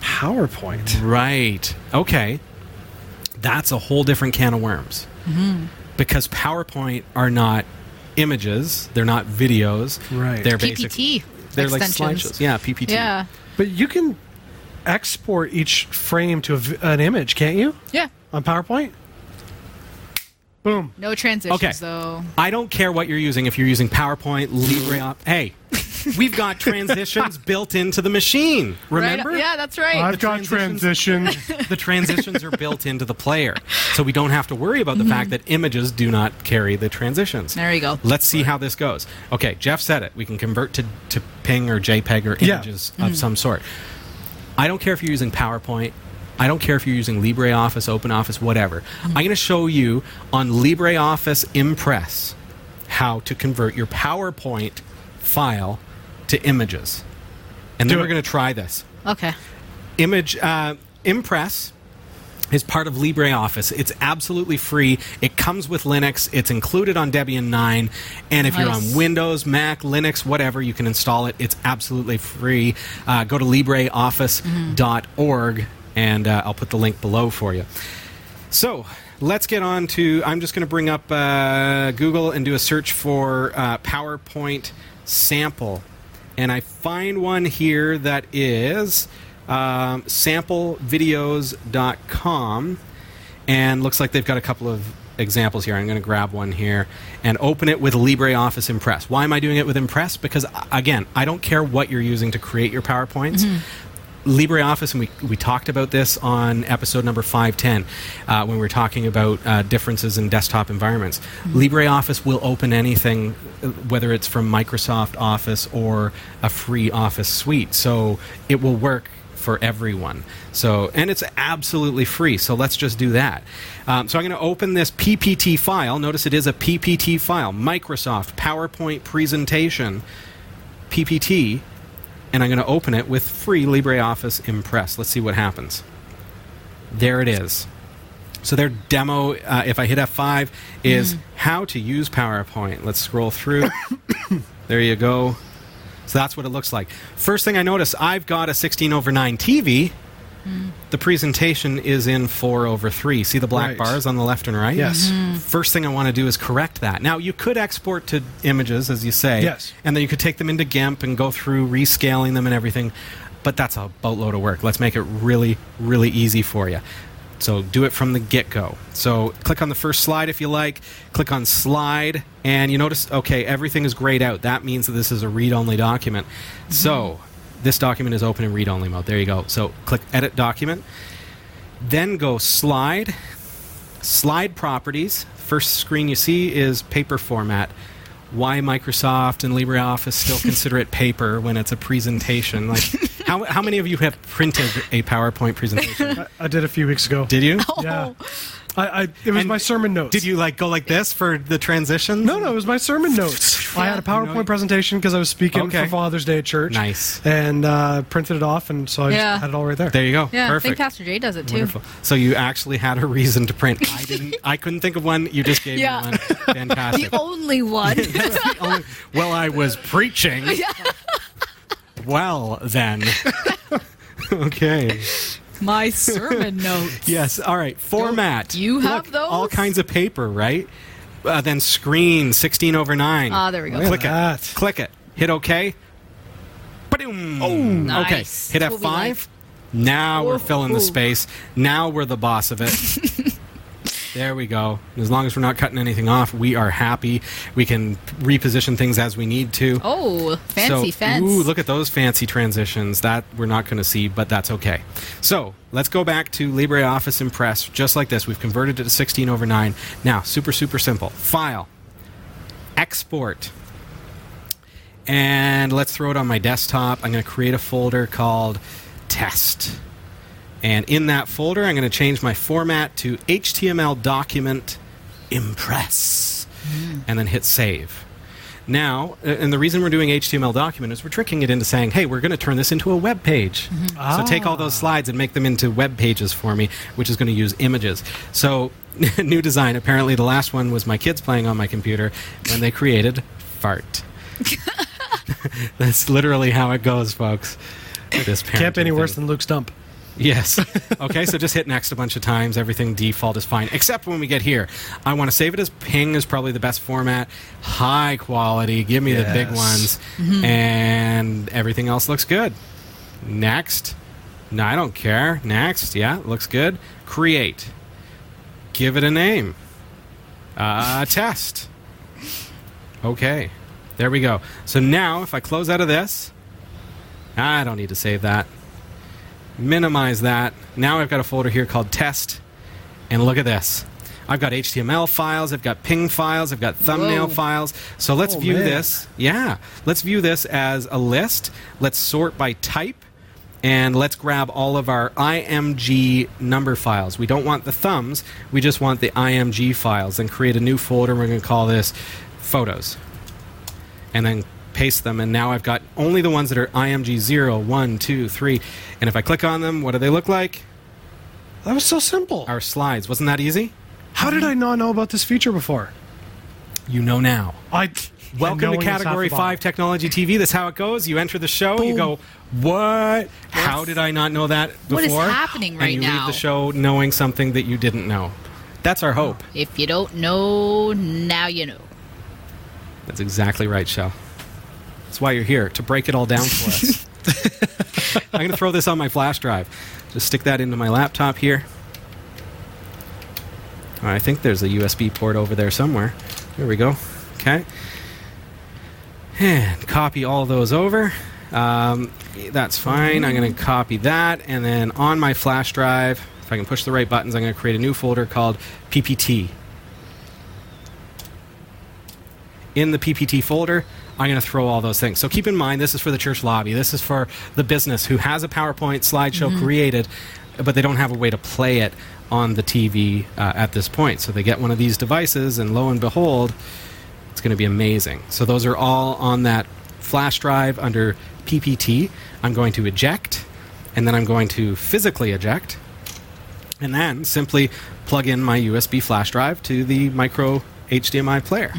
[SPEAKER 5] PowerPoint.
[SPEAKER 1] Right. Okay. That's a whole different can of worms. Because PowerPoint are not images; they're not videos.
[SPEAKER 5] Right.
[SPEAKER 1] They're basic-
[SPEAKER 4] PPT.
[SPEAKER 1] They're like
[SPEAKER 4] extensions.
[SPEAKER 1] slideshows. Yeah, PPT.
[SPEAKER 4] Yeah.
[SPEAKER 5] But you can export each frame to a v an image, can't you?
[SPEAKER 4] Yeah.
[SPEAKER 5] On PowerPoint? Boom.
[SPEAKER 4] No transitions
[SPEAKER 1] Okay.
[SPEAKER 4] though.
[SPEAKER 1] I don't care what you're using. If you're using PowerPoint, LibreOffice, hey, We've got transitions built into the machine. Remember?
[SPEAKER 6] Right, yeah, that's right.
[SPEAKER 1] The
[SPEAKER 7] I've got
[SPEAKER 1] transitions-
[SPEAKER 7] transition.
[SPEAKER 1] The transitions are built into the player. So we don't have to worry about the fact that images do not carry the transitions.
[SPEAKER 4] Mm-hmm. There you go.
[SPEAKER 1] Let's see how this goes. Okay, Jeff said it. We can convert to, to ping or JPEG or
[SPEAKER 5] Yeah.
[SPEAKER 1] images
[SPEAKER 4] Mm-hmm.
[SPEAKER 1] of some sort. I don't care if you're using PowerPoint. I don't care if you're using LibreOffice, OpenOffice, whatever. I'm
[SPEAKER 4] Mm-hmm.
[SPEAKER 1] going to show you on LibreOffice Impress how to convert your PowerPoint file to images. And then
[SPEAKER 5] Do
[SPEAKER 1] we're
[SPEAKER 5] it.
[SPEAKER 1] going to try this.
[SPEAKER 4] Okay.
[SPEAKER 1] Image uh, Impress is part of LibreOffice. It's absolutely free. It comes with Linux. It's included on Debian 9. And if you're
[SPEAKER 4] Nice.
[SPEAKER 1] on Windows, Mac, Linux, whatever, you can install it. It's absolutely free. Uh, go to libreoffice.org and uh, I'll put the link below for you. So let's get on to. I'm just going to bring up uh, Google and do a search for uh, PowerPoint sample. And I find one here that is um, samplevideos.com. And looks like they've got a couple of examples here. I'm going to grab one here and open it with LibreOffice Impress. Why am I doing it with Impress? Because, uh, again, I don't care what you're using to create your PowerPoints. LibreOffice, and we, we talked about this on episode number 510 uh, when we were talking about uh, differences in desktop environments. LibreOffice will open anything, uh, whether it's from Microsoft Office or a free Office suite. So it will work for everyone. So, and it's absolutely free. So let's just do that. Um, so I'm going to open this PPT file. Notice it is a PPT file, Microsoft PowerPoint presentation, PPT and I'm going to open it with free LibreOffice Impress. Let's see what happens. There it is. So their demo, uh, if I hit F5, is how to use PowerPoint. Let's scroll through. there you go. So that's what it looks like. First thing I notice, I've got a 16 over 9 TV. The presentation is in 4 over 3. See the black
[SPEAKER 5] Right.
[SPEAKER 1] bars on the left and right?
[SPEAKER 5] Yes.
[SPEAKER 1] First thing I want to do is correct that. Now, you could export to images, as you say.
[SPEAKER 5] Yes.
[SPEAKER 1] And then you could take them into GIMP and go through rescaling them and everything. But that's a boatload of work. Let's make it really, really easy for you. So do it from the get go. So click on the first slide if you like. Click on slide. And you notice, okay, everything is grayed out. That means that this is a read only document. So this document is open in read only mode. There you go. So click edit document. Then go slide slide properties. First screen you see is paper format. Why Microsoft and LibreOffice still consider it paper when it's a presentation? Like, how, how many of you have printed a PowerPoint presentation?
[SPEAKER 5] I did a few weeks ago.
[SPEAKER 1] Did you?
[SPEAKER 5] Yeah. I, I, it was
[SPEAKER 1] And
[SPEAKER 5] my sermon notes.
[SPEAKER 1] Did you like go like this for the transitions?
[SPEAKER 5] No, no, it was my sermon notes. I had a PowerPoint presentation because I was speaking
[SPEAKER 1] Okay.
[SPEAKER 5] for Father's Day at church.
[SPEAKER 1] Nice.
[SPEAKER 5] And uh, printed it off, and so I just
[SPEAKER 4] Yeah.
[SPEAKER 5] had it all right there.
[SPEAKER 1] There you go.
[SPEAKER 4] Yeah, I think
[SPEAKER 1] Perfect.
[SPEAKER 4] Pastor Jay does it too.
[SPEAKER 1] Wonderful. So you actually had a reason to print. I didn't. I couldn't think of one. You just gave
[SPEAKER 6] Yeah.
[SPEAKER 1] me one. Fantastic.
[SPEAKER 6] The only one.
[SPEAKER 1] That's the only- well, I was preaching. Well, then. okay.
[SPEAKER 6] My sermon notes.
[SPEAKER 1] Yes. All right. Format.
[SPEAKER 6] you have those?
[SPEAKER 1] All kinds of paper, right? Uh, then screen, 16 over 9.
[SPEAKER 6] Ah, there we go.
[SPEAKER 1] Click
[SPEAKER 5] That.
[SPEAKER 1] it. Click it. Hit OK. Ba-doom.
[SPEAKER 6] Nice.
[SPEAKER 1] Okay. Hit
[SPEAKER 6] That's what we
[SPEAKER 1] F5. Now we're filling the space. Now we're the boss of it. there we go. As long as we're not cutting anything off, we are happy. We can reposition things as we need to.
[SPEAKER 4] Oh, fancy
[SPEAKER 1] So-
[SPEAKER 4] fence.
[SPEAKER 1] Ooh, look at those fancy transitions that we're not going to see, but that's okay. So let's go back to LibreOffice Impress, just like this. We've converted it to 16 over 9. Now, super, super simple. File, export, and let's throw it on my desktop. I'm going to create a folder called test. And in that folder, I'm going to change my format to HTML document impress and then hit save. Now, a- and the reason we're doing HTML document is we're tricking it into saying, hey, we're going to turn this into a web page. So take all those slides and make them into web pages for me, which is going to use images. So, new design. Apparently, the last one was my kids playing on my computer when they created fart. That's literally how it goes, folks. This
[SPEAKER 5] Can't be any
[SPEAKER 1] parenting
[SPEAKER 5] worse
[SPEAKER 1] thing.
[SPEAKER 5] than Luke's dump.
[SPEAKER 1] Yes. Okay, so just hit next a bunch of times. Everything default is fine, except when we get here. I want to save it as ping is probably the best format. High quality. Give me the big
[SPEAKER 5] Yes.
[SPEAKER 1] ones. And everything else looks good. Next. No, I don't care. Next. Yeah, looks good. Create. Give it a name. Uh, test. Okay. There we go. So now, if I close out of this, I don't need to save that. Minimize that. Now I've got a folder here called test. And look at this. I've got HTML files, I've got ping files, I've got thumbnail
[SPEAKER 6] Whoa.
[SPEAKER 1] files. So let's
[SPEAKER 5] Oh,
[SPEAKER 1] view
[SPEAKER 5] man.
[SPEAKER 1] this. Yeah. Let's view this as a list. Let's sort by type. And let's grab all of our IMG number files. We don't want the thumbs, we just want the IMG files. And create a new folder, and we're going to call this photos and then paste them and now i've got only the ones that are img 0 1 2 3 and if i click on them what do they look like
[SPEAKER 5] That was so simple.
[SPEAKER 1] our slides wasn't that easy
[SPEAKER 5] How did I not know about this feature before?
[SPEAKER 1] you know now
[SPEAKER 5] I
[SPEAKER 1] welcome to
[SPEAKER 5] knowing is half
[SPEAKER 1] category
[SPEAKER 5] the
[SPEAKER 1] 5
[SPEAKER 5] battle.
[SPEAKER 1] technology tv that's how it goes you enter the show you go what how did i not know that before
[SPEAKER 6] What is happening
[SPEAKER 1] and
[SPEAKER 6] right
[SPEAKER 1] you leave
[SPEAKER 6] now?
[SPEAKER 1] the show knowing something that you didn't know that's our hope
[SPEAKER 6] If you don't know, now you know.
[SPEAKER 1] that's exactly right shell that's why you're here to break it all down for us i'm going to throw this on my flash drive just stick that into my laptop here All right, I think there's a USB port over there somewhere. There we go. Okay. And copy all those over. Um, that's fine. I'm going to copy that. And then on my flash drive, if I can push the right buttons, I'm going to create a new folder called PPT. In the PPT folder, I'm going to throw all those things. So keep in mind, this is for the church lobby. This is for the business who has a PowerPoint slideshow created, but they don't have a way to play it on the TV uh, at this point. So they get one of these devices, and lo and behold, it's going to be amazing. So those are all on that flash drive under PPT. I'm going to eject, and then I'm going to physically eject, and then simply plug in my USB flash drive to the micro HDMI player.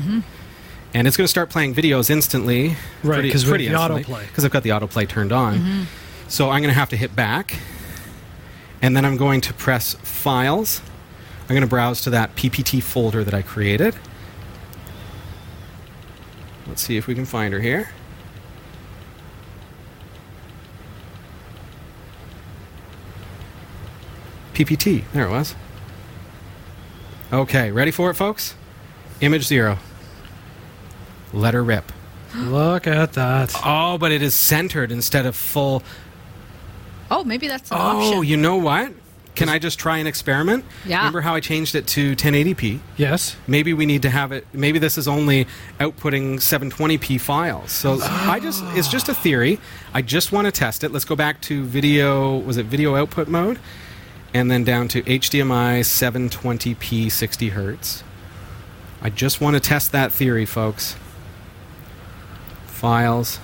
[SPEAKER 1] And it's going to start playing videos instantly.
[SPEAKER 5] Mm-hmm. Right, 'cause we have the Mm-hmm. autoplay.
[SPEAKER 1] Because I've got the autoplay turned on. So I'm going to have to hit back, and then I'm going to press Files. I'm going to browse to that PPT folder that I created. Let's see if we can find her here. PPT. There it was. Okay, ready for it, folks? Image zero. Let her rip.
[SPEAKER 5] Look at that.
[SPEAKER 1] Oh, but it is centered instead of full.
[SPEAKER 4] Oh, maybe that's an
[SPEAKER 1] Oh,
[SPEAKER 4] option.
[SPEAKER 1] you know what? Can I just try an experiment?
[SPEAKER 4] Yeah.
[SPEAKER 1] Remember how I changed it to 1080p?
[SPEAKER 5] Yes.
[SPEAKER 1] maybe we need to have it maybe this is only outputting 720p files so i just it's just a theory i just want to test it let's go back to video was it video output mode and then down to hdmi 720p 60 hertz i just want to test that theory folks files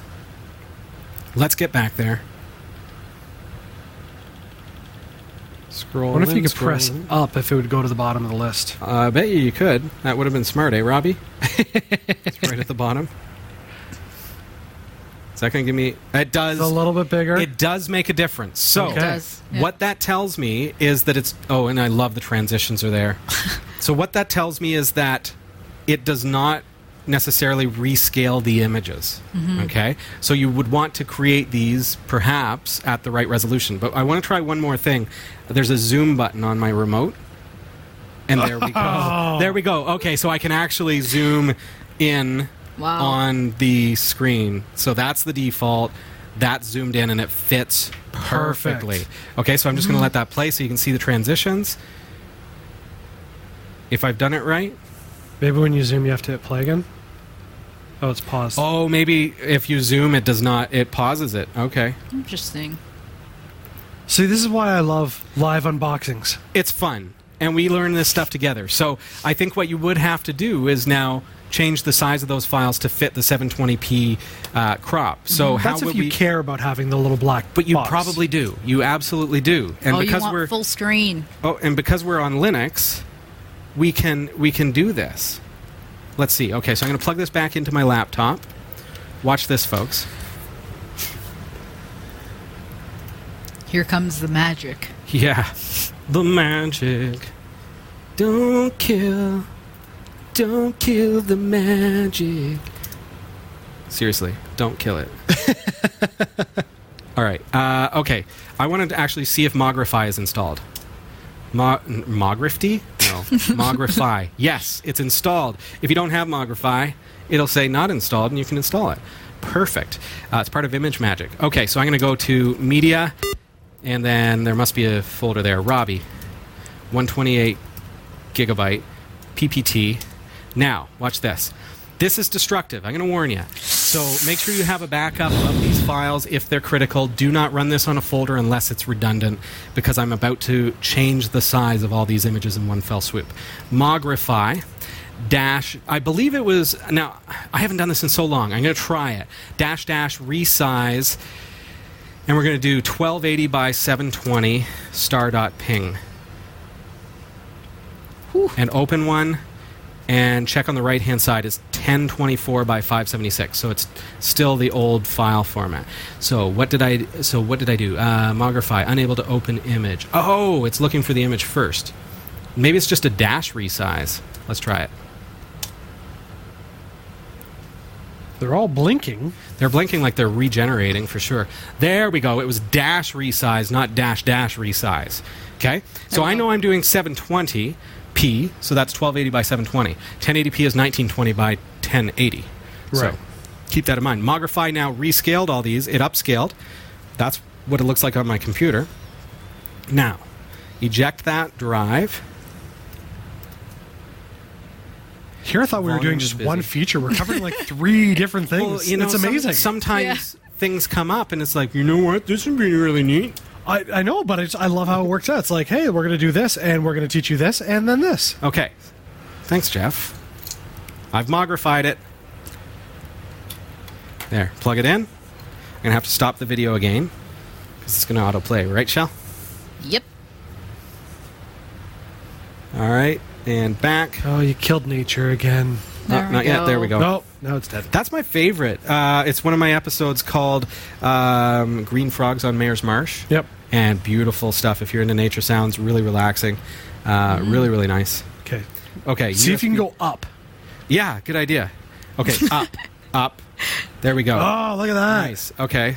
[SPEAKER 1] let's get back there
[SPEAKER 5] I
[SPEAKER 1] scroll
[SPEAKER 5] wonder if you
[SPEAKER 1] in,
[SPEAKER 5] could
[SPEAKER 1] scroll
[SPEAKER 5] press
[SPEAKER 1] in.
[SPEAKER 5] up if it would go to the bottom of the list.
[SPEAKER 1] Uh, I bet you you could. That would have been smart, eh, Robbie? it's right at the bottom. Is that going to give me? It does.
[SPEAKER 5] It's a little bit bigger.
[SPEAKER 1] It does make a difference. So
[SPEAKER 5] It does,
[SPEAKER 4] yeah.
[SPEAKER 1] what that tells me is that it's. Oh, and I love the transitions are there. so what that tells me is that it does not necessarily rescale the images.
[SPEAKER 4] Mm-hmm.
[SPEAKER 1] Okay, so you would want to create these perhaps at the right resolution. But I want to try one more thing. There's a zoom button on my remote. And there we go. There we go. Okay, so I can actually zoom in
[SPEAKER 4] Wow.
[SPEAKER 1] on the screen. So that's the default. That's zoomed in and it fits perfectly.
[SPEAKER 5] Perfect. Mm-hmm.
[SPEAKER 1] Okay, so I'm just going to let that play so you can see the transitions. If I've done it right.
[SPEAKER 5] Maybe when you zoom, you have to hit play again. Oh, it's paused.
[SPEAKER 1] Oh, maybe if you zoom, it does not, it pauses it. Okay.
[SPEAKER 4] Interesting.
[SPEAKER 5] See, this is why I love live unboxings.
[SPEAKER 1] it's fun and we learn this stuff together so i think what you would have to do is now change the size of those files to fit the 720p uh, crop so how
[SPEAKER 5] Mm-hmm. That's
[SPEAKER 1] would
[SPEAKER 5] if you
[SPEAKER 1] we
[SPEAKER 5] care about having the little black.
[SPEAKER 1] but you
[SPEAKER 5] box.
[SPEAKER 1] probably do you absolutely do and
[SPEAKER 4] oh, you
[SPEAKER 1] because
[SPEAKER 4] want
[SPEAKER 1] we're
[SPEAKER 4] full screen.
[SPEAKER 1] oh and because we're on linux we can we can do this let's see okay so i'm going to plug this back into my laptop watch this folks
[SPEAKER 4] Here comes the magic.
[SPEAKER 1] Yeah. The magic. Don't kill. Don't kill the magic. Seriously, don't kill it. All right. Uh, okay. I wanted to actually see if Mogrify is installed. Mo- n- Mogrifty? No. Mogrify. Yes, it's installed. If you don't have Mogrify, it'll say not installed, and you can install it. Perfect. Uh, it's part of Image Magic. Okay, so I'm going to go to Media, and then there must be a folder there. Robbie, 128 gigabyte PPT. Now, watch this. This is destructive. I'm going to warn you. So make sure you have a backup of these files if they're critical. Do not run this on a folder unless it's redundant because I'm about to change the size of all these images in one fell swoop. Mogrify dash i believe it was now i haven't done this in so long i'm going to try it dash dash resize and we're going to do 1280 by 720 star dot ping and open one and check on the right hand side is 1024 by 576 so it's still the old file format so what did i so what did i do uh, mogrify unable to open image oh it's looking for the image first maybe it's just a dash resize let's try it
[SPEAKER 5] They're all blinking.
[SPEAKER 1] they're blinking like they're regenerating for sure there we go it was dash resize not dash dash resize okay so i know i'm doing 720p so that's 1280 by 720 1080p is 1920 by 1080
[SPEAKER 5] Right.
[SPEAKER 1] so keep that in mind mogrify now rescaled all these it upscaled that's what it looks like on my computer now eject that drive
[SPEAKER 5] Here I thought we were doing
[SPEAKER 1] Volume is
[SPEAKER 5] just
[SPEAKER 1] busy.
[SPEAKER 5] one feature. We're covering like three different things.
[SPEAKER 1] Well, you know,
[SPEAKER 5] it's
[SPEAKER 1] some-
[SPEAKER 5] amazing.
[SPEAKER 1] sometimes things come up, and it's like, you know what? This would be really neat.
[SPEAKER 5] I, I know, but I, just, I love how it works out. It's like, hey, we're going to do this, and we're going to teach you this, and then this.
[SPEAKER 1] Okay, thanks, Jeff. I've mographied it. There, plug it in. I'm gonna have to stop the video again because it's gonna autoplay, right, Shell?
[SPEAKER 6] Yep.
[SPEAKER 1] All right, and back.
[SPEAKER 5] Oh, you killed nature again.
[SPEAKER 1] Uh,
[SPEAKER 6] There we
[SPEAKER 1] not yet. There we go.
[SPEAKER 5] No, no, it's dead.
[SPEAKER 1] That's my favorite. Uh, it's one of my episodes called um, "Green Frogs on Mayor's Marsh."
[SPEAKER 5] Yep.
[SPEAKER 1] And beautiful stuff. If you're into nature sounds, really relaxing. Uh,
[SPEAKER 6] Mm-hmm.
[SPEAKER 1] Really, really nice.
[SPEAKER 5] Okay.
[SPEAKER 1] Okay.
[SPEAKER 5] See if you can
[SPEAKER 1] USB
[SPEAKER 5] go up.
[SPEAKER 1] Yeah, good idea. Okay, up, up. There we go.
[SPEAKER 5] Oh, look at that.
[SPEAKER 1] nice. Okay.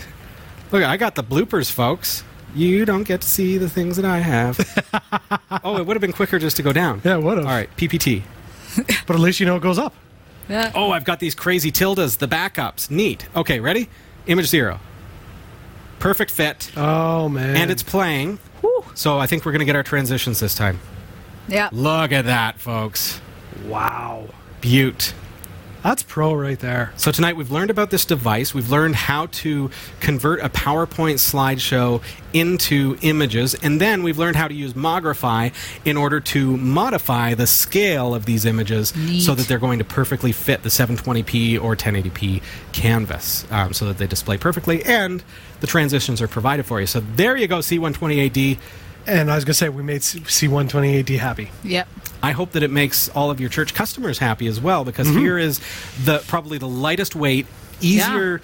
[SPEAKER 1] Look, I got the bloopers, folks. You don't get to see the things that I have. oh, it would have been quicker just to go down.
[SPEAKER 5] Yeah, it would
[SPEAKER 1] All
[SPEAKER 5] have.
[SPEAKER 1] right, PPT.
[SPEAKER 5] But at least you know it goes up.
[SPEAKER 4] Yeah.
[SPEAKER 1] Oh, I've got these crazy tildes, the backups. Neat. Okay, ready? Image zero. Perfect fit.
[SPEAKER 5] Oh, man.
[SPEAKER 1] and it's playing. So I think we're going to get our transitions this time.
[SPEAKER 4] Yeah.
[SPEAKER 1] Look at that, folks.
[SPEAKER 5] Wow.
[SPEAKER 1] Butte.
[SPEAKER 5] That's pro right there.
[SPEAKER 1] So tonight we've learned about this device. We've learned how to convert a PowerPoint slideshow into images, and then we've learned how to use Mogrify in order to modify the scale of these images so that they're going to perfectly fit the 720p or 1080p canvas, um, so that they display perfectly, and the transitions are provided for you. So there you go, C128D.
[SPEAKER 5] And I was going to say, we made C- C128D happy.
[SPEAKER 6] Yep.
[SPEAKER 1] I hope that it makes all of your church customers happy as well, because here is the probably the lightest weight, easier,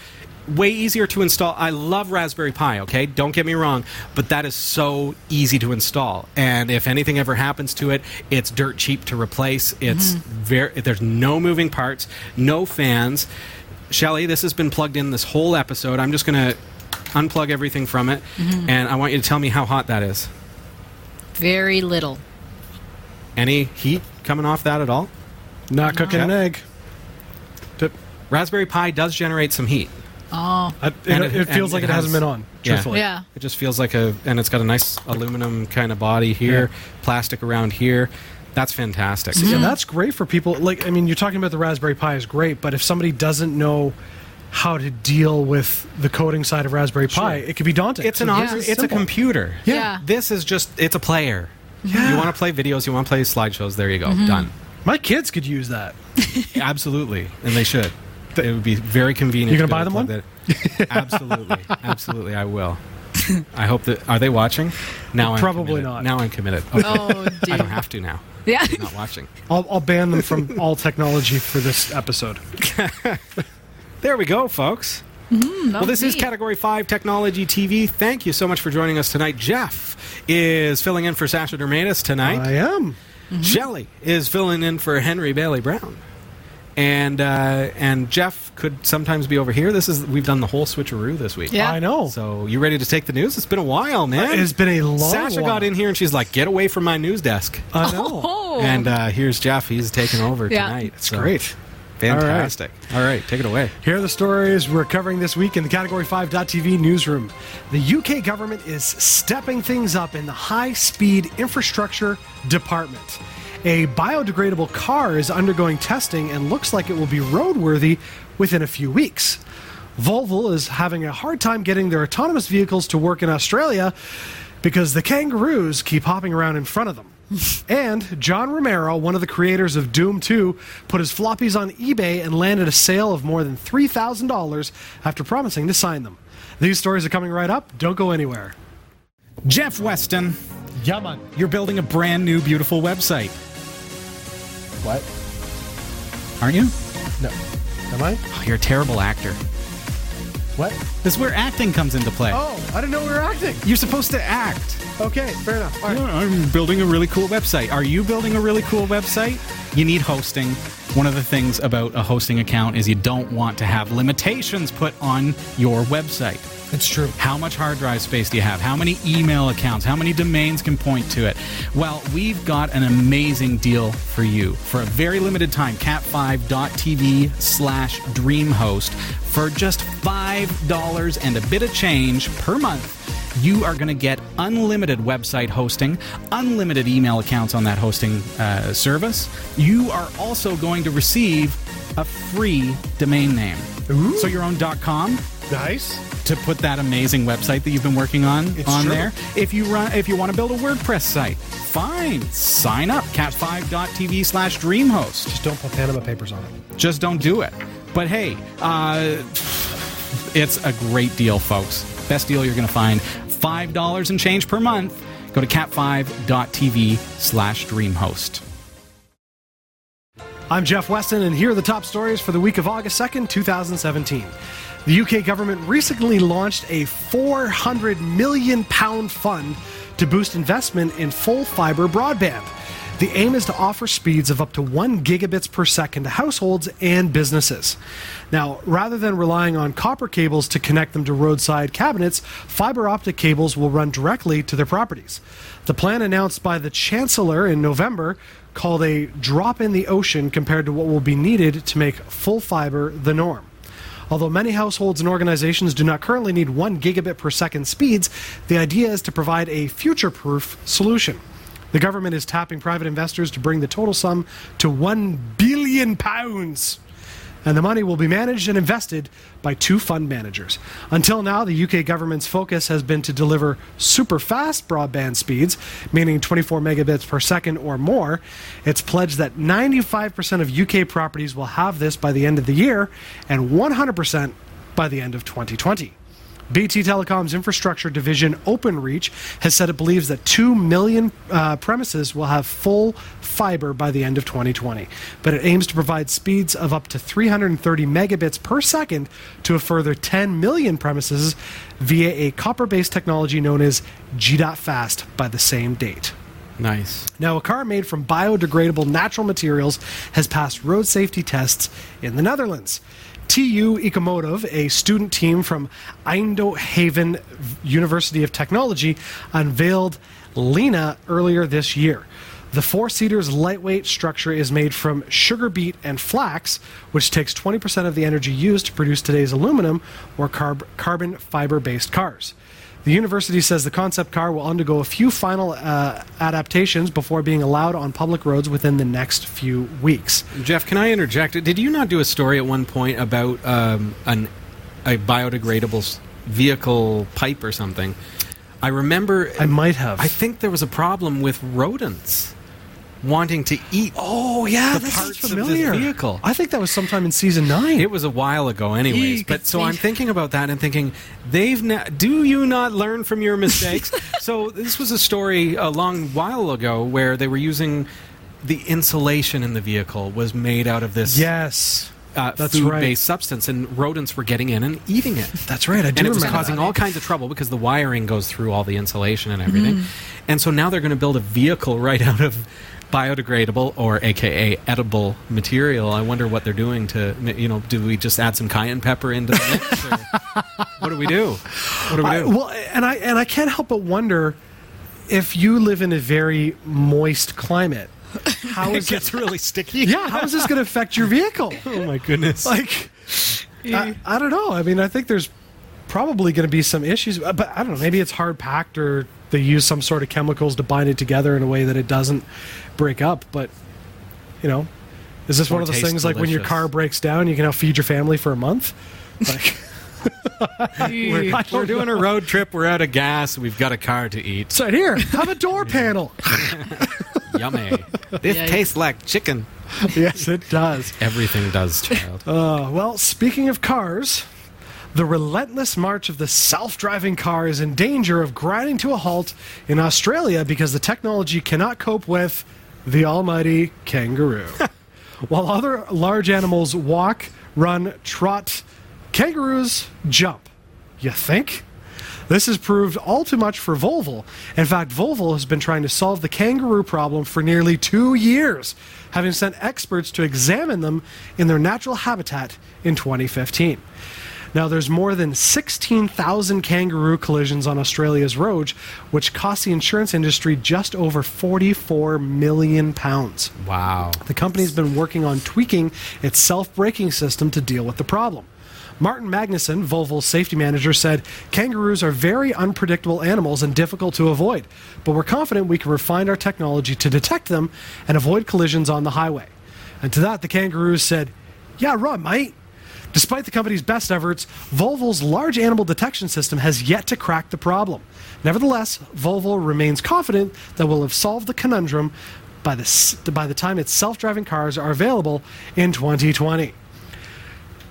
[SPEAKER 1] way easier to install. I love Raspberry Pi. Okay, don't get me wrong, but that is so easy to install, and if anything ever happens to it, it's dirt cheap to replace. It's very there's no moving parts, no fans. Shelly, this has been plugged in this whole episode. I'm just gonna unplug everything from it, and I want you to tell me how hot that is.
[SPEAKER 6] Very little.
[SPEAKER 1] Any heat coming off that at all?
[SPEAKER 5] Not cooking an egg. But
[SPEAKER 1] Raspberry Pi does generate some heat.
[SPEAKER 6] Oh.
[SPEAKER 5] I, it,
[SPEAKER 1] And
[SPEAKER 5] it,
[SPEAKER 1] it- and
[SPEAKER 5] feels like
[SPEAKER 1] it
[SPEAKER 5] it,
[SPEAKER 1] has-
[SPEAKER 5] hasn't been on,
[SPEAKER 1] Yeah.
[SPEAKER 5] truthfully.
[SPEAKER 6] Yeah.
[SPEAKER 1] It just feels like a, and it's got a nice aluminum kind of body here, plastic around here. That's fantastic.
[SPEAKER 6] Mm-hmm.
[SPEAKER 5] And that's great for people. Like, I mean, you're talking about the Raspberry Pi is great, but if somebody doesn't know how to deal with the coding side of Raspberry Pi, it could be daunting.
[SPEAKER 1] It's an
[SPEAKER 5] So
[SPEAKER 1] op-
[SPEAKER 5] this is
[SPEAKER 1] it's a
[SPEAKER 5] simple.
[SPEAKER 1] computer.
[SPEAKER 6] Yeah.
[SPEAKER 1] This is just it's a player. You want to play videos, you want to play slideshows. There you go.
[SPEAKER 6] Mm-hmm.
[SPEAKER 1] Done.
[SPEAKER 5] My kids could use that.
[SPEAKER 1] Absolutely, and they should. It would be very convenient.
[SPEAKER 5] You
[SPEAKER 1] to
[SPEAKER 5] gonna
[SPEAKER 1] be
[SPEAKER 5] buy
[SPEAKER 1] able to plug that- Absolutely, absolutely. I will. I hope that are they watching? Now I'm
[SPEAKER 5] Probably
[SPEAKER 1] committed.
[SPEAKER 5] not.
[SPEAKER 1] Now I'm committed. Okay.
[SPEAKER 6] Oh,
[SPEAKER 1] I
[SPEAKER 6] dude.
[SPEAKER 1] don't have to now.
[SPEAKER 4] Yeah.
[SPEAKER 1] They're not watching.
[SPEAKER 5] I'll, I'll ban them from all technology for this episode.
[SPEAKER 1] There we go, folks. Well, this is Category 5 Technology TV. Thank you so much for joining us tonight. Jeff is filling in for Sasha Dermatis
[SPEAKER 5] I
[SPEAKER 1] tonight.
[SPEAKER 5] am.
[SPEAKER 1] Shelley is filling in for Henry Bailey Brown. And uh, and Jeff could sometimes be over here. This is we've done the whole switcheroo this week.
[SPEAKER 6] Yeah.
[SPEAKER 5] I know.
[SPEAKER 1] So you ready to take the news? It's been a while, man.
[SPEAKER 5] It's Oh. been a long
[SPEAKER 1] Sasha
[SPEAKER 5] while.
[SPEAKER 1] got in here and she's like, "Get away from my news desk."
[SPEAKER 5] I know.
[SPEAKER 6] Oh.
[SPEAKER 1] And uh, here's Jeff. He's taking over
[SPEAKER 6] Yeah.
[SPEAKER 1] tonight. It's
[SPEAKER 5] Great.
[SPEAKER 2] Fantastic.
[SPEAKER 1] All right, take it away.
[SPEAKER 5] Here are the stories we're covering this week in the Category 5.tv newsroom. The UK government is stepping things up in the high speed infrastructure department. A biodegradable car is undergoing testing and looks like it will be roadworthy within a few weeks. Volvo is having a hard time getting their autonomous vehicles to work in Australia because the kangaroos keep hopping around in front of them. and John Romero, one of the creators of Doom 2, put his floppies on eBay and landed a sale of more than $3,000 after promising to sign them. These stories are coming right up. Don't go anywhere.
[SPEAKER 2] Jeff Weston, you're building a brand new, beautiful website,
[SPEAKER 5] What?
[SPEAKER 2] aren't you?
[SPEAKER 5] No. Am I?
[SPEAKER 2] Oh, you're a terrible actor.
[SPEAKER 5] What?
[SPEAKER 2] That's where acting comes into play.
[SPEAKER 5] Oh, I didn't know we were acting.
[SPEAKER 2] You're supposed to act.
[SPEAKER 5] Okay, fair enough. All right.
[SPEAKER 2] Yeah, I'm building a really cool website. Are you building a really cool website? You need hosting. One of the things about a hosting account is you don't want to have limitations put on your website.
[SPEAKER 5] It's true.
[SPEAKER 2] How much hard drive space do you have? How many email accounts? How many domains can point to it? Well, we've got an amazing deal for you. For a very limited time, cat5.tv slash dreamhost for just $5 and a bit of change per month you are going to get unlimited website hosting, unlimited email accounts on that hosting uh, service. You are also going to receive a free domain name. So your own .com
[SPEAKER 5] Nice.
[SPEAKER 2] to put that amazing website that you've been working on
[SPEAKER 5] It's
[SPEAKER 2] on
[SPEAKER 5] true.
[SPEAKER 2] there. If you run if you want to build a WordPress site, fine. Sign up cat5.tv slash dreamhost.
[SPEAKER 5] Just don't put Panama papers on it.
[SPEAKER 2] Just don't do it. But hey, uh, it's a great deal, folks. Best deal you're going to find. $5 and change per month. Go to cat5.tv slash dreamhost.
[SPEAKER 5] I'm Jeff Weston, and here are the top stories for the week of August 2nd, 2017. The UK government recently launched a 400 million pound fund to boost investment in full fiber broadband. The aim is to offer speeds of up to 1 gigabits per second to households and businesses. Now, rather than relying on copper cables to connect them to roadside cabinets, fiber optic cables will run directly to their properties. The plan announced by the Chancellor in November called a drop in the ocean compared to what will be needed to make full fiber the norm. Although many households and organizations do not currently need 1 gigabit per second speeds, the idea is to provide a future proof solution. The government is tapping private investors to bring the total sum to 1 billion pounds and the money will be managed and invested by two fund managers. Until now, the UK government's focus has been to deliver super fast broadband speeds, meaning 24 megabits per second or more. It's pledged that 95% of UK properties will have this by the end of the year and 100% by the end of 2020. BT Telecom's infrastructure division, OpenReach, has said it believes that 2 million uh, premises will have full fiber by the end of 2020, but it aims to provide speeds of up to 330 megabits per second to a further 10 million premises via a copper based technology known as G.fast by the same date.
[SPEAKER 1] Nice.
[SPEAKER 5] Now, a car made from biodegradable natural materials has passed road safety tests in the Netherlands. TU Ecomotive, a student team from Eindhoven University of Technology, unveiled Lena earlier this year. The four seater's lightweight structure is made from sugar beet and flax, which takes 20% of the energy used to produce today's aluminum or carb- carbon fiber based cars. The university says the concept car will undergo a few final uh, adaptations before being allowed on public roads within the next few weeks.
[SPEAKER 1] Jeff, can I interject? Did you not do a story at one point about um, an a biodegradable s- vehicle pipe or something? I remember.
[SPEAKER 5] I might have.
[SPEAKER 1] I think there was a problem with rodents wanting to eat.
[SPEAKER 5] oh yeah,
[SPEAKER 1] the
[SPEAKER 5] that sounds
[SPEAKER 1] parts of the
[SPEAKER 5] familiar.
[SPEAKER 1] vehicle.
[SPEAKER 5] I think that was sometime in season nine.
[SPEAKER 1] It was a while ago, anyways.
[SPEAKER 6] Eek.
[SPEAKER 1] But so I'm thinking about that and thinking, they've na- do you not learn from your mistakes? so this was a story a long while ago where they were using the insulation in the vehicle was made out of this
[SPEAKER 5] yes,
[SPEAKER 1] uh,
[SPEAKER 5] that's
[SPEAKER 1] food-based
[SPEAKER 5] right.
[SPEAKER 1] substance, and rodents were getting in and eating it.
[SPEAKER 5] That's right. I
[SPEAKER 1] and
[SPEAKER 5] do
[SPEAKER 1] it was
[SPEAKER 5] remember
[SPEAKER 1] causing
[SPEAKER 5] that.
[SPEAKER 1] all kinds of trouble because the wiring goes through all the insulation and everything. And so now they're going to build a vehicle right out of biodegradable or AKA edible material. I wonder what they're doing to, you know, do we just add some cayenne pepper into the mix? or what do we do? What do we
[SPEAKER 5] I,
[SPEAKER 1] do?
[SPEAKER 5] well, and I and I can't help but wonder if you live in a very moist climate. How
[SPEAKER 1] It
[SPEAKER 5] is it?
[SPEAKER 1] gets really sticky.
[SPEAKER 5] Yeah, how is this going to affect your vehicle?
[SPEAKER 1] Oh my goodness.
[SPEAKER 5] Like, I, I don't know. I mean, I think there's probably going to be some issues, uh, but I don't know. Maybe it's hard packed or they use some sort of chemicals to bind it together in a way that it doesn't break up. But, you know, is this
[SPEAKER 1] Or
[SPEAKER 5] one of those
[SPEAKER 1] taste
[SPEAKER 5] things like when your
[SPEAKER 1] delicious.
[SPEAKER 5] car breaks down, you can now feed your family for a month? Like,
[SPEAKER 1] we're, we're doing a road trip. We're out of gas. We've got a car to eat.
[SPEAKER 5] it's right here. Have a door panel.
[SPEAKER 1] Yummy. This
[SPEAKER 6] Yikes.
[SPEAKER 1] tastes like chicken.
[SPEAKER 5] yes, it does.
[SPEAKER 1] Everything does, child.
[SPEAKER 5] Uh, well, speaking of cars, the relentless march of the self driving car is in danger of grinding to a halt in Australia because the technology cannot cope with the almighty kangaroo. While other large animals walk, run, trot, kangaroos jump. You think? This has proved all too much for Volvo. In fact, Volvo has been trying to solve the kangaroo problem for nearly two years, having sent experts to examine them in their natural habitat in 2015. Now, there's more than 16,000 kangaroo collisions on Australia's roads, which cost the insurance industry just over 44 million pounds.
[SPEAKER 1] Wow.
[SPEAKER 5] The company's been working on tweaking its self braking system to deal with the problem. Martin Magnuson, Volvo's safety manager, said kangaroos are very unpredictable animals and difficult to avoid, but we're confident we can refine our technology to detect them and avoid collisions on the highway. And to that, the kangaroos said, Yeah, run, mate. Despite the company's best efforts, Volvo's large animal detection system has yet to crack the problem. Nevertheless, Volvo remains confident that we'll have solved the conundrum by the, s- by the time its self driving cars are available in 2020.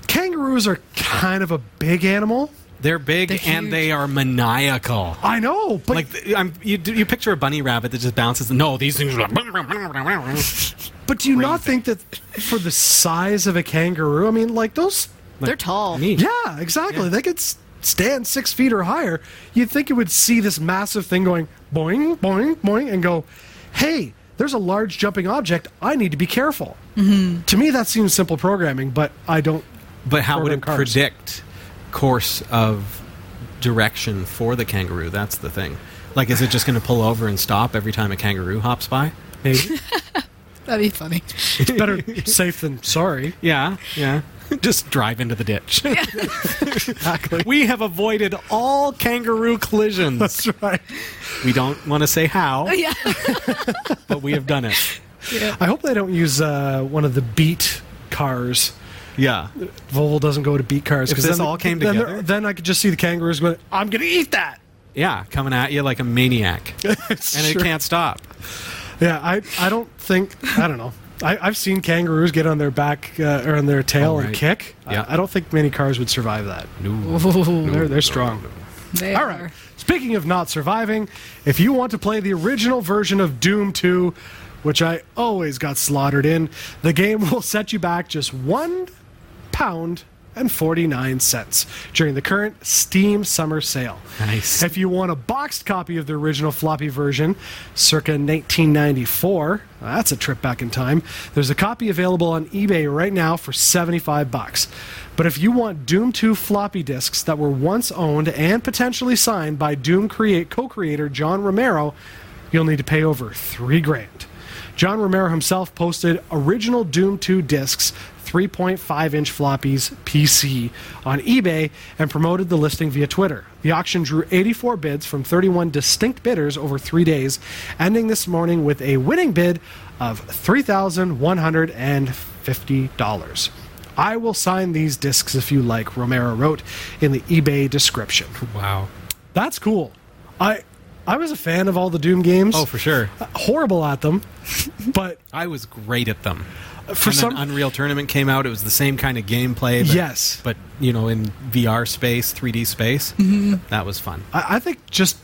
[SPEAKER 5] Kangaroos are kind of a big animal.
[SPEAKER 1] They're Oh, big
[SPEAKER 6] They're
[SPEAKER 1] and
[SPEAKER 6] huge.
[SPEAKER 1] they are maniacal.
[SPEAKER 5] I know, but
[SPEAKER 1] Like th- I'm, you, do- you picture a bunny rabbit that just bounces. No, these things are like,
[SPEAKER 5] but do you not think that for the size of a kangaroo, I mean, like those
[SPEAKER 6] They're tall.
[SPEAKER 1] me.
[SPEAKER 5] Yeah, exactly. They could s- stand six feet or higher. You'd think you would see this massive thing going boing, boing, boing, and go, hey, there's a large jumping object. I need to be careful.
[SPEAKER 1] Mm-hmm.
[SPEAKER 5] To me, that seems simple programming, but I don't.
[SPEAKER 1] But how would
[SPEAKER 5] Program
[SPEAKER 1] it
[SPEAKER 5] cars.
[SPEAKER 1] predict course of direction for the kangaroo? That's the thing. Like, is it just going to pull over and stop every time a kangaroo hops by?
[SPEAKER 5] Maybe.
[SPEAKER 6] That'd be funny.
[SPEAKER 5] it's better safe than sorry.
[SPEAKER 1] Yeah, yeah. just drive into the ditch.
[SPEAKER 5] Exactly.
[SPEAKER 1] we have avoided all kangaroo collisions.
[SPEAKER 5] That's right.
[SPEAKER 1] We don't want to say how,
[SPEAKER 6] yeah.
[SPEAKER 1] but we have done it.
[SPEAKER 5] I hope they don't use uh, one of the beat cars.
[SPEAKER 1] Yeah.
[SPEAKER 5] Volvo doesn't go to beat cars
[SPEAKER 1] If
[SPEAKER 5] because
[SPEAKER 1] this
[SPEAKER 5] then
[SPEAKER 1] all came
[SPEAKER 5] then they're-
[SPEAKER 1] together?
[SPEAKER 5] Then I could just see the kangaroos going, "I'm going to eat that."
[SPEAKER 1] Yeah, coming at you like a maniac. and it
[SPEAKER 5] Sure.
[SPEAKER 1] can't stop.
[SPEAKER 5] Yeah, I I don't think I don't know. I, I've seen kangaroos get on their back uh, or on their tail
[SPEAKER 1] right.
[SPEAKER 5] and kick.
[SPEAKER 1] Yeah.
[SPEAKER 5] I, I don't think many cars would survive that.
[SPEAKER 6] Ooh,
[SPEAKER 5] They're they're strong.
[SPEAKER 6] they
[SPEAKER 5] All right. Speaking of not surviving, if you want to play the original version of Doom 2, which I always got slaughtered in, the game will set you back just one pound and 49 cents during the current Steam summer sale.
[SPEAKER 1] Nice.
[SPEAKER 5] If you want a boxed copy of the original floppy version, circa 1994, that's a trip back in time. There's a copy available on eBay right now for 75 bucks. But if you want Doom 2 floppy disks that were once owned and potentially signed by Doom create co-creator John Romero, you'll need to pay over 3 grand. John Romero himself posted original Doom 2 discs, 3.5 inch floppies, PC, on eBay and promoted the listing via Twitter. The auction drew 84 bids from 31 distinct bidders over three days, ending this morning with a winning bid of $3,150. I will sign these discs if you like, Romero wrote in the eBay description.
[SPEAKER 1] Wow.
[SPEAKER 5] That's cool. I I was a fan of all the Doom games
[SPEAKER 1] Oh, for sure.
[SPEAKER 5] horrible at them, but
[SPEAKER 1] I was great at them.
[SPEAKER 5] for
[SPEAKER 1] when
[SPEAKER 5] some
[SPEAKER 1] an Unreal Tournament came out, it was the same kind of gameplay. But,
[SPEAKER 5] Yes.
[SPEAKER 1] but you know, in VR space, 3D space,
[SPEAKER 5] Mm-hmm.
[SPEAKER 1] that was fun.
[SPEAKER 5] I, I think just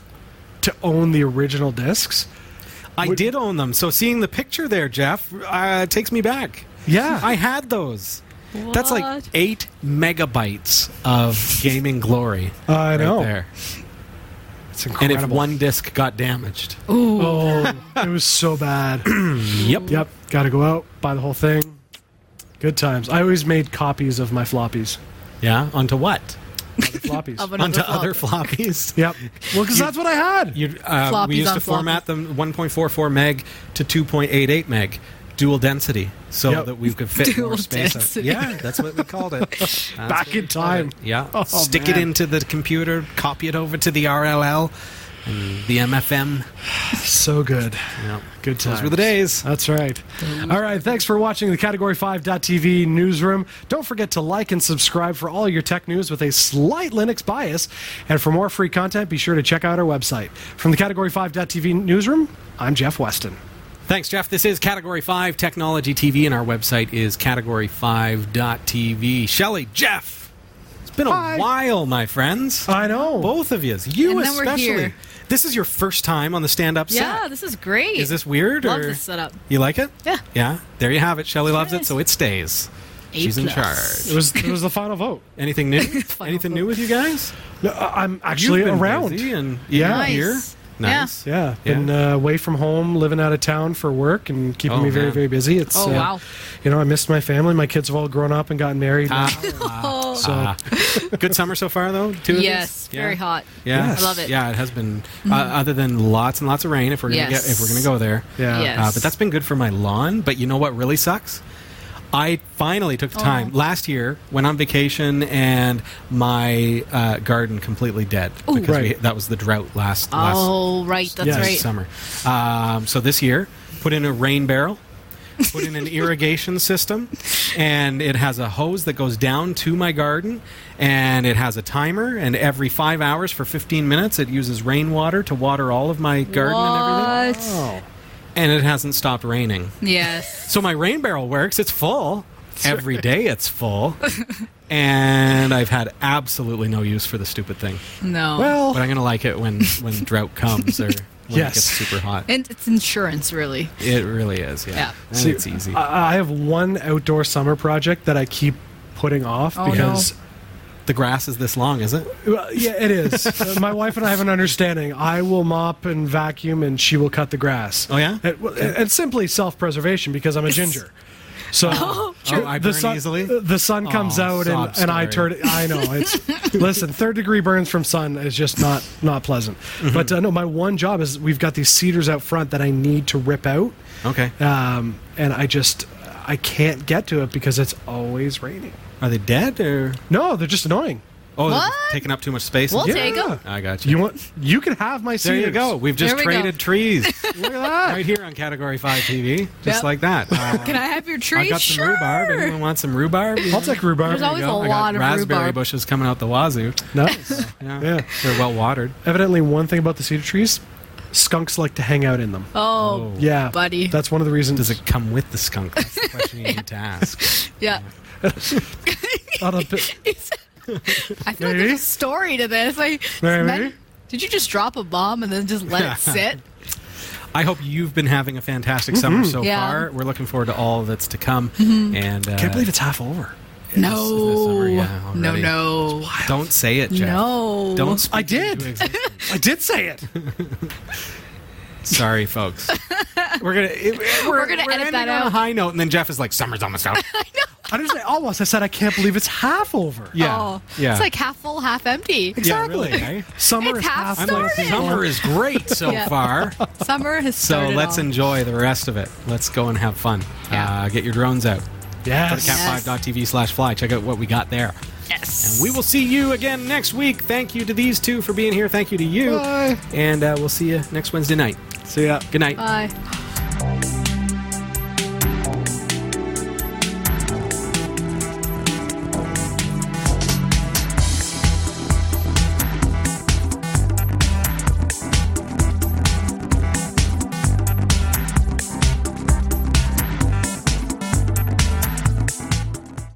[SPEAKER 5] to own the original discs.
[SPEAKER 1] I did own them, so seeing the picture there, Jeff, uh, takes me back.
[SPEAKER 5] Yeah.
[SPEAKER 1] I had those. That's like
[SPEAKER 6] What?
[SPEAKER 1] eight megabytes of gaming glory.
[SPEAKER 5] Oh, I know.
[SPEAKER 1] there.
[SPEAKER 5] It's
[SPEAKER 1] And
[SPEAKER 5] incredible.
[SPEAKER 1] if one disc got damaged,
[SPEAKER 5] oh, it was so bad.
[SPEAKER 1] yep,
[SPEAKER 5] yep, got to go out buy the whole thing. Good times. I always made copies of my floppies.
[SPEAKER 1] yeah. Onto what?
[SPEAKER 5] floppies.
[SPEAKER 6] Of another
[SPEAKER 1] onto
[SPEAKER 6] flop.
[SPEAKER 1] other floppies.
[SPEAKER 5] yep. Well, because that's what I had.
[SPEAKER 1] You, uh, we
[SPEAKER 6] Floppies
[SPEAKER 1] used
[SPEAKER 6] on
[SPEAKER 1] to format them 1.44 meg to 2.88 meg, dual density, so
[SPEAKER 5] Yep.
[SPEAKER 1] that we could fit more
[SPEAKER 6] Dual
[SPEAKER 1] space. out.
[SPEAKER 6] density.
[SPEAKER 1] Yeah, that's what we called it. That's
[SPEAKER 5] Back
[SPEAKER 1] what we
[SPEAKER 5] in
[SPEAKER 1] called
[SPEAKER 5] time.
[SPEAKER 1] it. Yeah,
[SPEAKER 5] Oh,
[SPEAKER 1] stick it
[SPEAKER 5] man.
[SPEAKER 1] into the computer, copy it over to the RLL, and the MFM.
[SPEAKER 5] So good.
[SPEAKER 1] Yeah.
[SPEAKER 5] Good times.
[SPEAKER 1] Those were the days.
[SPEAKER 5] That's right. All right. Thanks for watching the Category5.tv newsroom. Don't forget to like and subscribe for all your tech news with a slight Linux bias. And for more free content, be sure to check out our website. From the Category5.tv newsroom, I'm Jeff Weston.
[SPEAKER 1] Thanks, Jeff. This is Category 5 Technology TV, and our website is category5.tv. Shelley, Jeff, it's been a
[SPEAKER 5] Hi.
[SPEAKER 1] while, my friends.
[SPEAKER 5] I know.
[SPEAKER 1] Both of you. You
[SPEAKER 6] Oh. And then we're
[SPEAKER 1] especially.
[SPEAKER 6] here.
[SPEAKER 1] This is your first time on the stand up
[SPEAKER 6] Yeah,
[SPEAKER 1] set.
[SPEAKER 6] this is great.
[SPEAKER 1] Is this weird?
[SPEAKER 6] Love
[SPEAKER 1] or-
[SPEAKER 6] this setup.
[SPEAKER 1] You like it?
[SPEAKER 6] Yeah.
[SPEAKER 1] Yeah. There you have it. Shelley loves it,
[SPEAKER 6] Yes.
[SPEAKER 1] so it stays.
[SPEAKER 6] A
[SPEAKER 1] She's in
[SPEAKER 6] plus.
[SPEAKER 1] charge.
[SPEAKER 5] It was, it was the final vote.
[SPEAKER 1] Anything new? Anything new with you guys?
[SPEAKER 5] No, I- I'm actually
[SPEAKER 1] You've been
[SPEAKER 5] around.
[SPEAKER 1] busy and
[SPEAKER 5] Yeah.
[SPEAKER 1] you're
[SPEAKER 6] Nice.
[SPEAKER 1] here.
[SPEAKER 6] Yeah.
[SPEAKER 1] Nice.
[SPEAKER 5] Yeah, been uh, away from home, living out of town for work, and keeping
[SPEAKER 1] Oh,
[SPEAKER 5] me very,
[SPEAKER 1] man.
[SPEAKER 5] very busy. It's
[SPEAKER 6] Oh,
[SPEAKER 5] uh,
[SPEAKER 6] wow.
[SPEAKER 5] You know, I missed my family. My kids have all grown up and gotten married. now.
[SPEAKER 1] Ah,
[SPEAKER 6] Oh,
[SPEAKER 5] so
[SPEAKER 1] ah. Good summer so far, though. Two of these?
[SPEAKER 6] yes,
[SPEAKER 1] Yeah.
[SPEAKER 6] very hot.
[SPEAKER 1] Yeah,
[SPEAKER 5] Yes.
[SPEAKER 6] I love it. Mm-hmm.
[SPEAKER 1] Yeah, it has been. Uh, other than lots and lots of rain, if we're gonna
[SPEAKER 6] Yes.
[SPEAKER 1] get, if we're gonna go there,
[SPEAKER 5] yeah,
[SPEAKER 6] Yes.
[SPEAKER 1] uh, but that's been good for my lawn. But you know what really sucks? I finally
[SPEAKER 6] Oh.
[SPEAKER 1] took the time last year, went on vacation, and my uh, garden completely dead because we,
[SPEAKER 5] Right.
[SPEAKER 1] that was the drought last last
[SPEAKER 6] Oh, right. That's
[SPEAKER 5] Yes.
[SPEAKER 6] right.
[SPEAKER 1] summer. Um, so this year, put in a rain barrel, put in an irrigation system, and it has a hose that goes down to my garden, and it has a timer, and every five hours for 15 minutes, it uses rainwater to water all of my garden and everything.
[SPEAKER 5] Oh.
[SPEAKER 1] And it hasn't stopped raining.
[SPEAKER 6] Yes.
[SPEAKER 1] So my rain barrel works. It's full. Every day it's full. and I've had absolutely no use for the stupid thing.
[SPEAKER 6] No.
[SPEAKER 5] Well,
[SPEAKER 1] But I'm going to like it when, when drought comes or when
[SPEAKER 5] Yes.
[SPEAKER 1] it gets super hot.
[SPEAKER 6] and it's insurance, really.
[SPEAKER 1] It really is, yeah.
[SPEAKER 6] Yeah. uh,
[SPEAKER 1] And
[SPEAKER 5] see,
[SPEAKER 1] it's easy.
[SPEAKER 5] I, I have one outdoor summer project that I keep putting off
[SPEAKER 6] Oh,
[SPEAKER 5] because
[SPEAKER 1] the grass is this long, is it?
[SPEAKER 5] Well, yeah, it is. Uh, My wife and I have an understanding. I will mop and vacuum, and she will cut the grass.
[SPEAKER 1] Oh, yeah?
[SPEAKER 5] and, well, and- and simply self-preservation because I'm a ginger. So
[SPEAKER 1] true. Oh, I burn
[SPEAKER 5] sun,
[SPEAKER 1] easily?
[SPEAKER 5] The sun comes
[SPEAKER 1] Oh,
[SPEAKER 5] out,
[SPEAKER 1] sob
[SPEAKER 5] and, and I
[SPEAKER 1] story.
[SPEAKER 5] turn. I know. It's listen. Third degree burns from sun is just not not pleasant.
[SPEAKER 1] Mm-hmm.
[SPEAKER 5] But uh, no, my one job is we've got these cedars out front that I need to rip out,
[SPEAKER 1] Okay.
[SPEAKER 5] um, and I just I can't get to it because it's always raining.
[SPEAKER 1] Are they dead or?
[SPEAKER 5] No, they're just annoying.
[SPEAKER 1] Oh, they're
[SPEAKER 6] What?
[SPEAKER 1] taking up too much space.
[SPEAKER 6] We'll
[SPEAKER 5] Yeah.
[SPEAKER 6] take them.
[SPEAKER 1] I got you.
[SPEAKER 5] You want? You can have my
[SPEAKER 1] there
[SPEAKER 5] cedars.
[SPEAKER 1] you go. We've just
[SPEAKER 6] There we go.
[SPEAKER 1] traded trees. Look at that. Right here on Category 5 TV. Just
[SPEAKER 6] Yep.
[SPEAKER 1] like that. Uh,
[SPEAKER 6] Can I have your
[SPEAKER 1] I
[SPEAKER 6] trees?
[SPEAKER 1] got some
[SPEAKER 6] sure.
[SPEAKER 1] rhubarb. Anyone want some rhubarb?
[SPEAKER 5] I'll take rhubarb.
[SPEAKER 6] There's always
[SPEAKER 1] There you go.
[SPEAKER 6] a
[SPEAKER 1] I got
[SPEAKER 6] lot of
[SPEAKER 1] raspberry
[SPEAKER 6] rhubarb.
[SPEAKER 1] bushes coming out the wazoo.
[SPEAKER 5] Nice.
[SPEAKER 1] Yeah.
[SPEAKER 5] Yeah.
[SPEAKER 1] They're well watered.
[SPEAKER 5] Evidently, one thing about the cedar trees, skunks like to hang out in them.
[SPEAKER 6] Oh,
[SPEAKER 5] yeah,
[SPEAKER 6] buddy.
[SPEAKER 5] That's one of the reasons.
[SPEAKER 1] Does it come with the skunk? That's the question you need to ask.
[SPEAKER 6] yeah.
[SPEAKER 5] Not a bit-
[SPEAKER 6] I feel like
[SPEAKER 5] Maybe.
[SPEAKER 6] there's a story to this. Like,
[SPEAKER 5] Maybe.
[SPEAKER 6] Matt, did you just drop a bomb and then just let it sit?
[SPEAKER 1] I hope you've been having a fantastic summer so
[SPEAKER 6] Yeah. Mm-hmm.
[SPEAKER 1] far. We're looking forward to all that's to come. And uh,
[SPEAKER 5] can't believe it's half over.
[SPEAKER 1] this summer, yeah,
[SPEAKER 6] no,
[SPEAKER 1] already.
[SPEAKER 6] no,
[SPEAKER 1] Don't say it, Jeff.
[SPEAKER 6] no.
[SPEAKER 1] Don't. Speak
[SPEAKER 5] I did.
[SPEAKER 1] into existence.
[SPEAKER 5] I did say it.
[SPEAKER 1] Sorry, folks. We're gonna it- we're,
[SPEAKER 6] gonna
[SPEAKER 1] we're
[SPEAKER 6] edit
[SPEAKER 1] ending
[SPEAKER 6] that
[SPEAKER 1] on a
[SPEAKER 6] out.
[SPEAKER 1] high note, and then Jeff is like, "Summer's almost out."
[SPEAKER 5] I didn't say almost. I said I can't believe it's half over.
[SPEAKER 1] Yeah,
[SPEAKER 6] Oh,
[SPEAKER 1] yeah.
[SPEAKER 6] It's like half full, half empty.
[SPEAKER 1] Exactly.
[SPEAKER 5] Exactly.
[SPEAKER 1] eh?
[SPEAKER 5] Summer
[SPEAKER 6] It's
[SPEAKER 5] is half,
[SPEAKER 6] half
[SPEAKER 1] I'm
[SPEAKER 5] over.
[SPEAKER 1] like,
[SPEAKER 6] Started.
[SPEAKER 1] summer is great so
[SPEAKER 6] Yeah.
[SPEAKER 1] far.
[SPEAKER 6] Summer has
[SPEAKER 1] So
[SPEAKER 6] started.
[SPEAKER 1] let's
[SPEAKER 6] off.
[SPEAKER 1] enjoy the rest of it. Let's go and have fun.
[SPEAKER 6] Yeah.
[SPEAKER 1] Uh, get your drones out.
[SPEAKER 5] Yes.
[SPEAKER 1] Cat5.tv slash fly. Check out what we got there.
[SPEAKER 6] Yes.
[SPEAKER 1] And we will see you again next week. Thank you to these two for being here. Thank you to you.
[SPEAKER 5] Bye.
[SPEAKER 1] And uh, we'll see you next Wednesday night.
[SPEAKER 5] See ya.
[SPEAKER 1] Good night.
[SPEAKER 6] Bye.